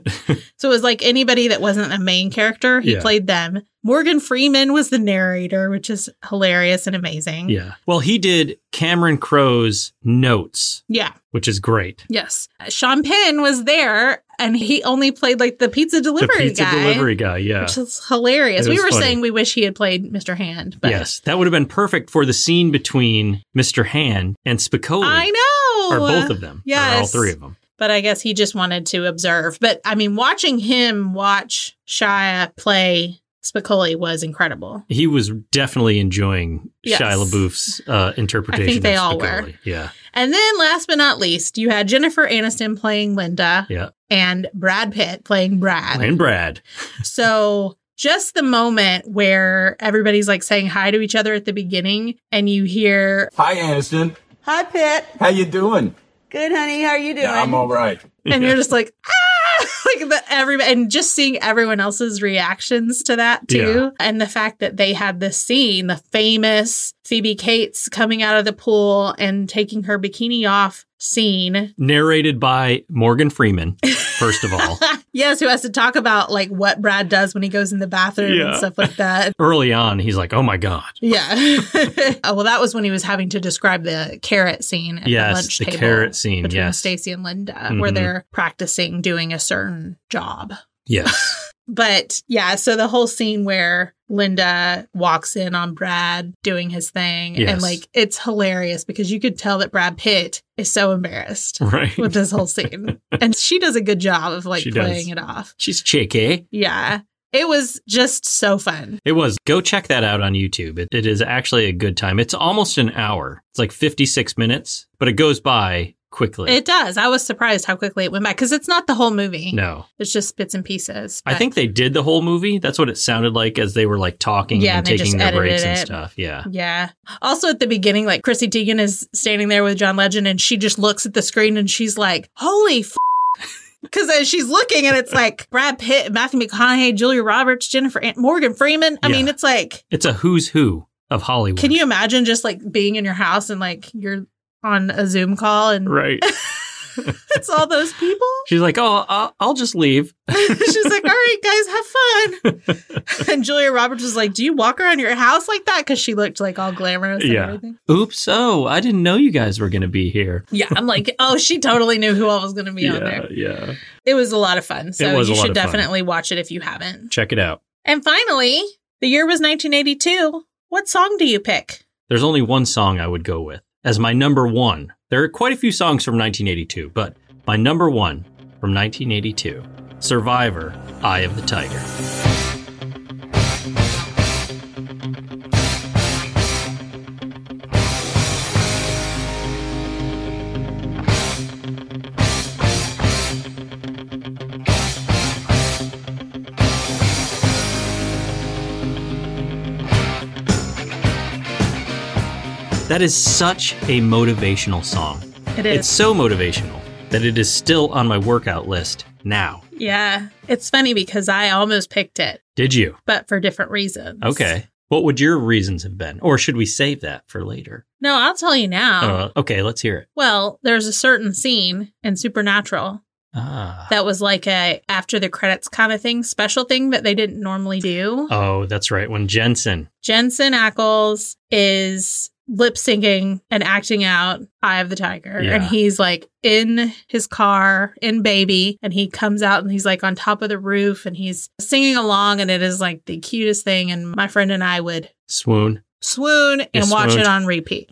S1: so it was like anybody that wasn't a main character, he
S2: Yeah.
S1: played them. Morgan Freeman was the narrator, which is hilarious and amazing.
S2: Yeah. Well, he did Cameron Crowe's notes,
S1: Yeah.
S2: which is great.
S1: Yes. Sean Penn was there and he only played like the pizza delivery
S2: the pizza
S1: guy.
S2: delivery guy, yeah.
S1: Which is hilarious.
S2: It
S1: We
S2: was
S1: were
S2: funny.
S1: saying we wish he had played Mr. Hand, but
S2: yes, that would have been perfect for the scene between Mr. Hand and Spicoli,
S1: I know.
S2: or both of them, or all
S1: yes.
S2: three of them.
S1: but I guess he just wanted to observe. But I mean, watching him watch Shia play Spicoli was incredible.
S2: He was definitely enjoying
S1: Yes.
S2: Shia LaBeouf's uh, interpretation.
S1: I think they
S2: of
S1: all
S2: Spicoli.
S1: were.
S2: Yeah,
S1: And then, last but not least, you had Jennifer Aniston playing Linda
S2: yeah,
S1: and Brad Pitt playing Brad.
S2: and Brad.
S1: So, just the moment where everybody's like saying hi to each other at the beginning, and you hear,
S6: Hi, Aniston.
S7: Hi, Pitt.
S6: How you doing?
S7: Good, honey. How are you doing?
S6: Yeah, I'm all right.
S1: and you're just like, ah, like the everybody, and just seeing everyone else's reactions to that too, and the fact that they had this scene, the famous Phoebe Cates coming out of the pool and taking her bikini off scene.
S2: Narrated by Morgan Freeman. First of all,
S1: yes, who has to talk about like what Brad does when he goes in the bathroom and
S2: Yeah.
S1: stuff like that.
S2: early on, he's like, "Oh my god."
S1: Yeah. oh, well, that was when he was having to describe the carrot scene at the
S2: Yes,
S1: lunch
S2: the
S1: table.
S2: carrot scene,
S1: between
S2: yes.
S1: Stacy and Linda, where
S2: Mhm.
S1: they're practicing doing a certain job.
S2: Yes,
S1: But yeah, so the whole scene where Linda walks in on Brad doing his thing, and
S2: Yes.
S1: like it's hilarious because you could tell that Brad Pitt is so embarrassed
S2: right.
S1: with this whole scene, and she does a good job of like
S2: She does.
S1: playing it off.
S2: She's cheeky.
S1: Yeah, it was just so fun.
S2: It was. Go check that out on YouTube. It, it is actually a good time. It's almost an hour. It's like 56 minutes, but it goes by quickly.
S1: It does. I was surprised how quickly it went by because it's not the whole movie.
S2: no.
S1: It's just bits and pieces.
S2: I
S1: but-
S2: think they did the whole movie. That's what it sounded like as they were like talking
S1: Yeah,
S2: and
S1: and they just
S2: taking their
S1: edited
S2: breaks and
S1: it.
S2: stuff. Yeah.
S1: Yeah. Also at the beginning, like Chrissy Teigen is standing there with John Legend and she just looks at the screen and she's like, holy f. Because as she's looking and it's like Brad Pitt, Matthew McConaughey, Julia Roberts, Jennifer, An- Morgan Freeman. I
S2: Yeah.
S1: mean, it's like,
S2: It's a who's who of Hollywood.
S1: can you imagine just like being in your house and like you're on a Zoom call and
S2: Right.
S1: it's all those people?
S2: She's like, oh, I'll, I'll just leave.
S1: She's like, all right, guys, have fun. and Julia Roberts was like, do you walk around your house like that? Because she looked like all glamorous and
S2: Yeah.
S1: everything.
S2: Oops. Oh, I didn't know you guys were going to be here.
S1: Yeah, I'm like, oh, she totally knew who all was going to be on there.
S2: Yeah.
S1: It was a lot of fun. So
S2: was a
S1: you
S2: lot
S1: should
S2: of fun.
S1: definitely watch it if you haven't.
S2: Check it out.
S1: And finally, the year was 1982. What song do you pick?
S2: There's only one song I would go with as my number one. There are quite a few songs from 1982, but my number one from 1982 Survivor, Eye of the Tiger. That is such a motivational song.
S1: It is.
S2: It's so motivational that it is still on my workout list now.
S1: yeah. It's funny because I almost picked it,
S2: Did you?
S1: but for different reasons.
S2: Okay. What would your reasons have been? Or should we save that for later?
S1: No, I'll tell you now.
S2: Uh, okay, let's hear it.
S1: well, there's a certain scene in Supernatural
S2: Ah.
S1: that was like a after the credits kind of thing, special thing that they didn't normally do.
S2: Oh, that's right. When Jensen.
S1: Jensen Ackles is lip syncing and acting out Eye of the Tiger.
S2: Yeah.
S1: And he's like in his car in Baby. And he comes out and he's like on top of the roof and he's singing along. And it is like the cutest thing. And my friend and I would
S2: Swoon.
S1: swoon and
S2: You
S1: watch it
S2: swooned.
S1: on repeat.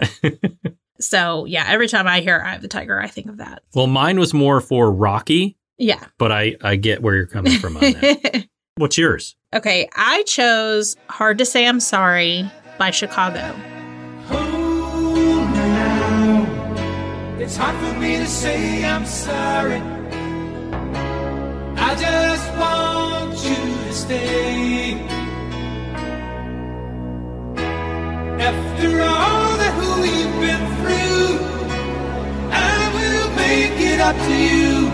S1: so, yeah, every time I hear Eye of the Tiger, I think of that.
S2: Well, mine was more for Rocky,
S1: Yeah.
S2: but I, I get where you're coming from on that. What's yours?
S1: okay. I chose Hard to Say I'm Sorry by Chicago.
S3: It's hard for me to say I'm sorry. I just want you to stay. After all that we've been through, I will make it up to you.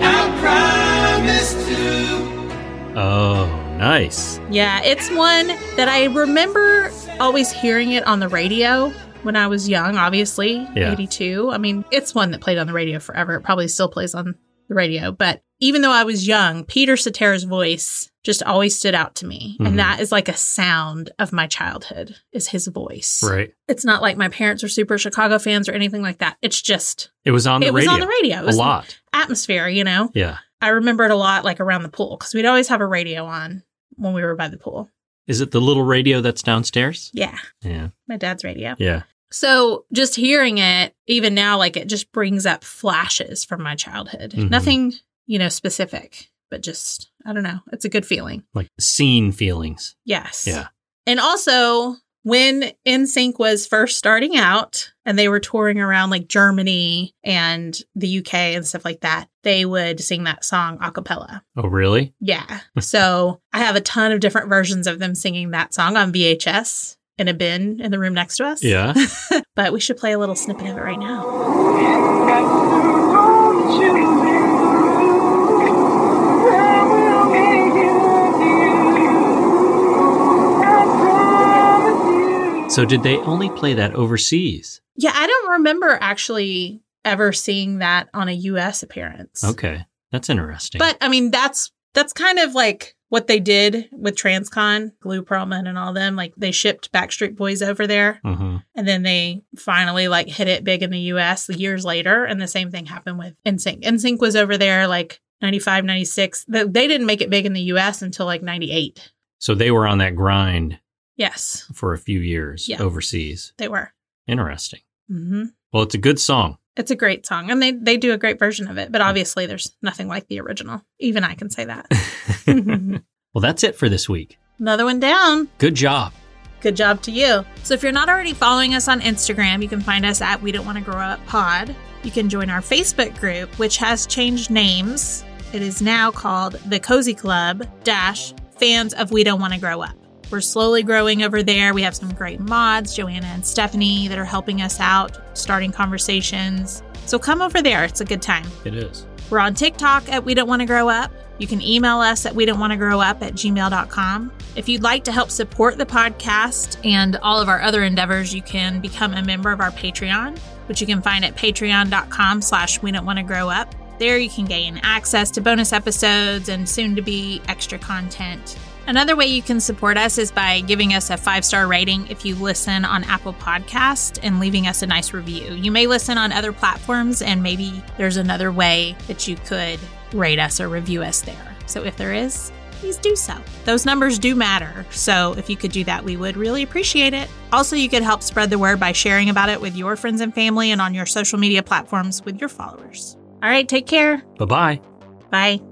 S3: I promise to.
S2: Oh, nice.
S1: Yeah, it's one that I remember always hearing it on the radio when I was young, obviously,
S2: Yeah.
S1: 82. I mean, it's one that played on the radio forever. It probably still plays on the radio, but even though I was young, Peter Cetera's voice just always stood out to me.
S2: Mhm.
S1: And that is like a sound of my childhood is his voice.
S2: Right.
S1: It's not like my parents are super Chicago fans or anything like that. It's just
S2: It was on the
S1: it was
S2: radio.
S1: on the radio. It
S2: A
S1: was
S2: lot.
S1: atmosphere, you know.
S2: Yeah.
S1: I remember it a lot like around the pool because we'd always have a radio on when we were by the pool.
S2: Is it the little radio that's downstairs?
S1: Yeah.
S2: Yeah.
S1: my dad's radio.
S2: Yeah.
S1: So just hearing it, even now, like it just brings up flashes from my childhood.
S2: Mhm.
S1: Nothing, you know, specific, but just, I don't know. It's a good feeling.
S2: Like scene feelings.
S1: Yes.
S2: Yeah.
S1: And also, when NSYNC was first starting out and they were touring around like Germany and the UK and stuff like that, they would sing that song a cappella.
S2: Oh, really?
S1: Yeah. so I have a ton of different versions of them singing that song on VHS in a bin in the room next to us.
S2: Yeah.
S1: But we should play a little snippet of it right now.
S2: so, did they only play that overseas?
S1: Yeah, I don't remember actually ever seeing that on a US appearance.
S2: Okay. That's interesting.
S1: But I mean that's that's kind of like what they did with Transcon, Glue Pearlman and all them. Like they shipped Backstreet Boys over there
S2: Mhm.
S1: and then they finally like hit it big in the US years later. And the same thing happened with NSYNC. NSYNC was over there like 95, 96. Th- They didn't make it big in the US until like 98.
S2: So, they were on that grind
S1: Yes,
S2: for a few years
S1: Yeah.
S2: overseas.
S1: they were.
S2: Interesting.
S1: hmm
S2: Well, it's a good song.
S1: It's a great song, and they they do a great version of it. But obviously, there's nothing like the original. Even I can say that.
S2: Well, that's it for this week.
S1: Another one down.
S2: Good job.
S1: Good job to you. So if you're not already following us on Instagram, you can find us at We Don't Want to Grow Up Pod. You can join our Facebook group, which has changed names. It is now called the Cozy Club Dash Fans of We Don't Want to Grow Up. We're slowly growing over there. We have some great mods, Joanna and Stephanie, that are helping us out, starting conversations. So come over there. It's a good time.
S2: It is.
S1: We're on TikTok at We Don't Want to Grow Up. You can email us at we don't want to grow up at gmail.com. If you'd like to help support the podcast and all of our other endeavors, you can become a member of our Patreon, which you can find at patreon.com slash we don't want to grow up. There you can gain access to bonus episodes and soon to be extra content. Another way you can support us is by giving us a five star rating if you listen on Apple Podcast and leaving us a nice review. You may listen on other platforms, and maybe there's another way that you could rate us or review us there. So if there is, please do so. Those numbers do matter. So if you could do that, we would really appreciate it. Also, you could help spread the word by sharing about it with your friends and family and on your social media platforms with your followers. All right, take care.
S2: Bye bye.
S1: Bye.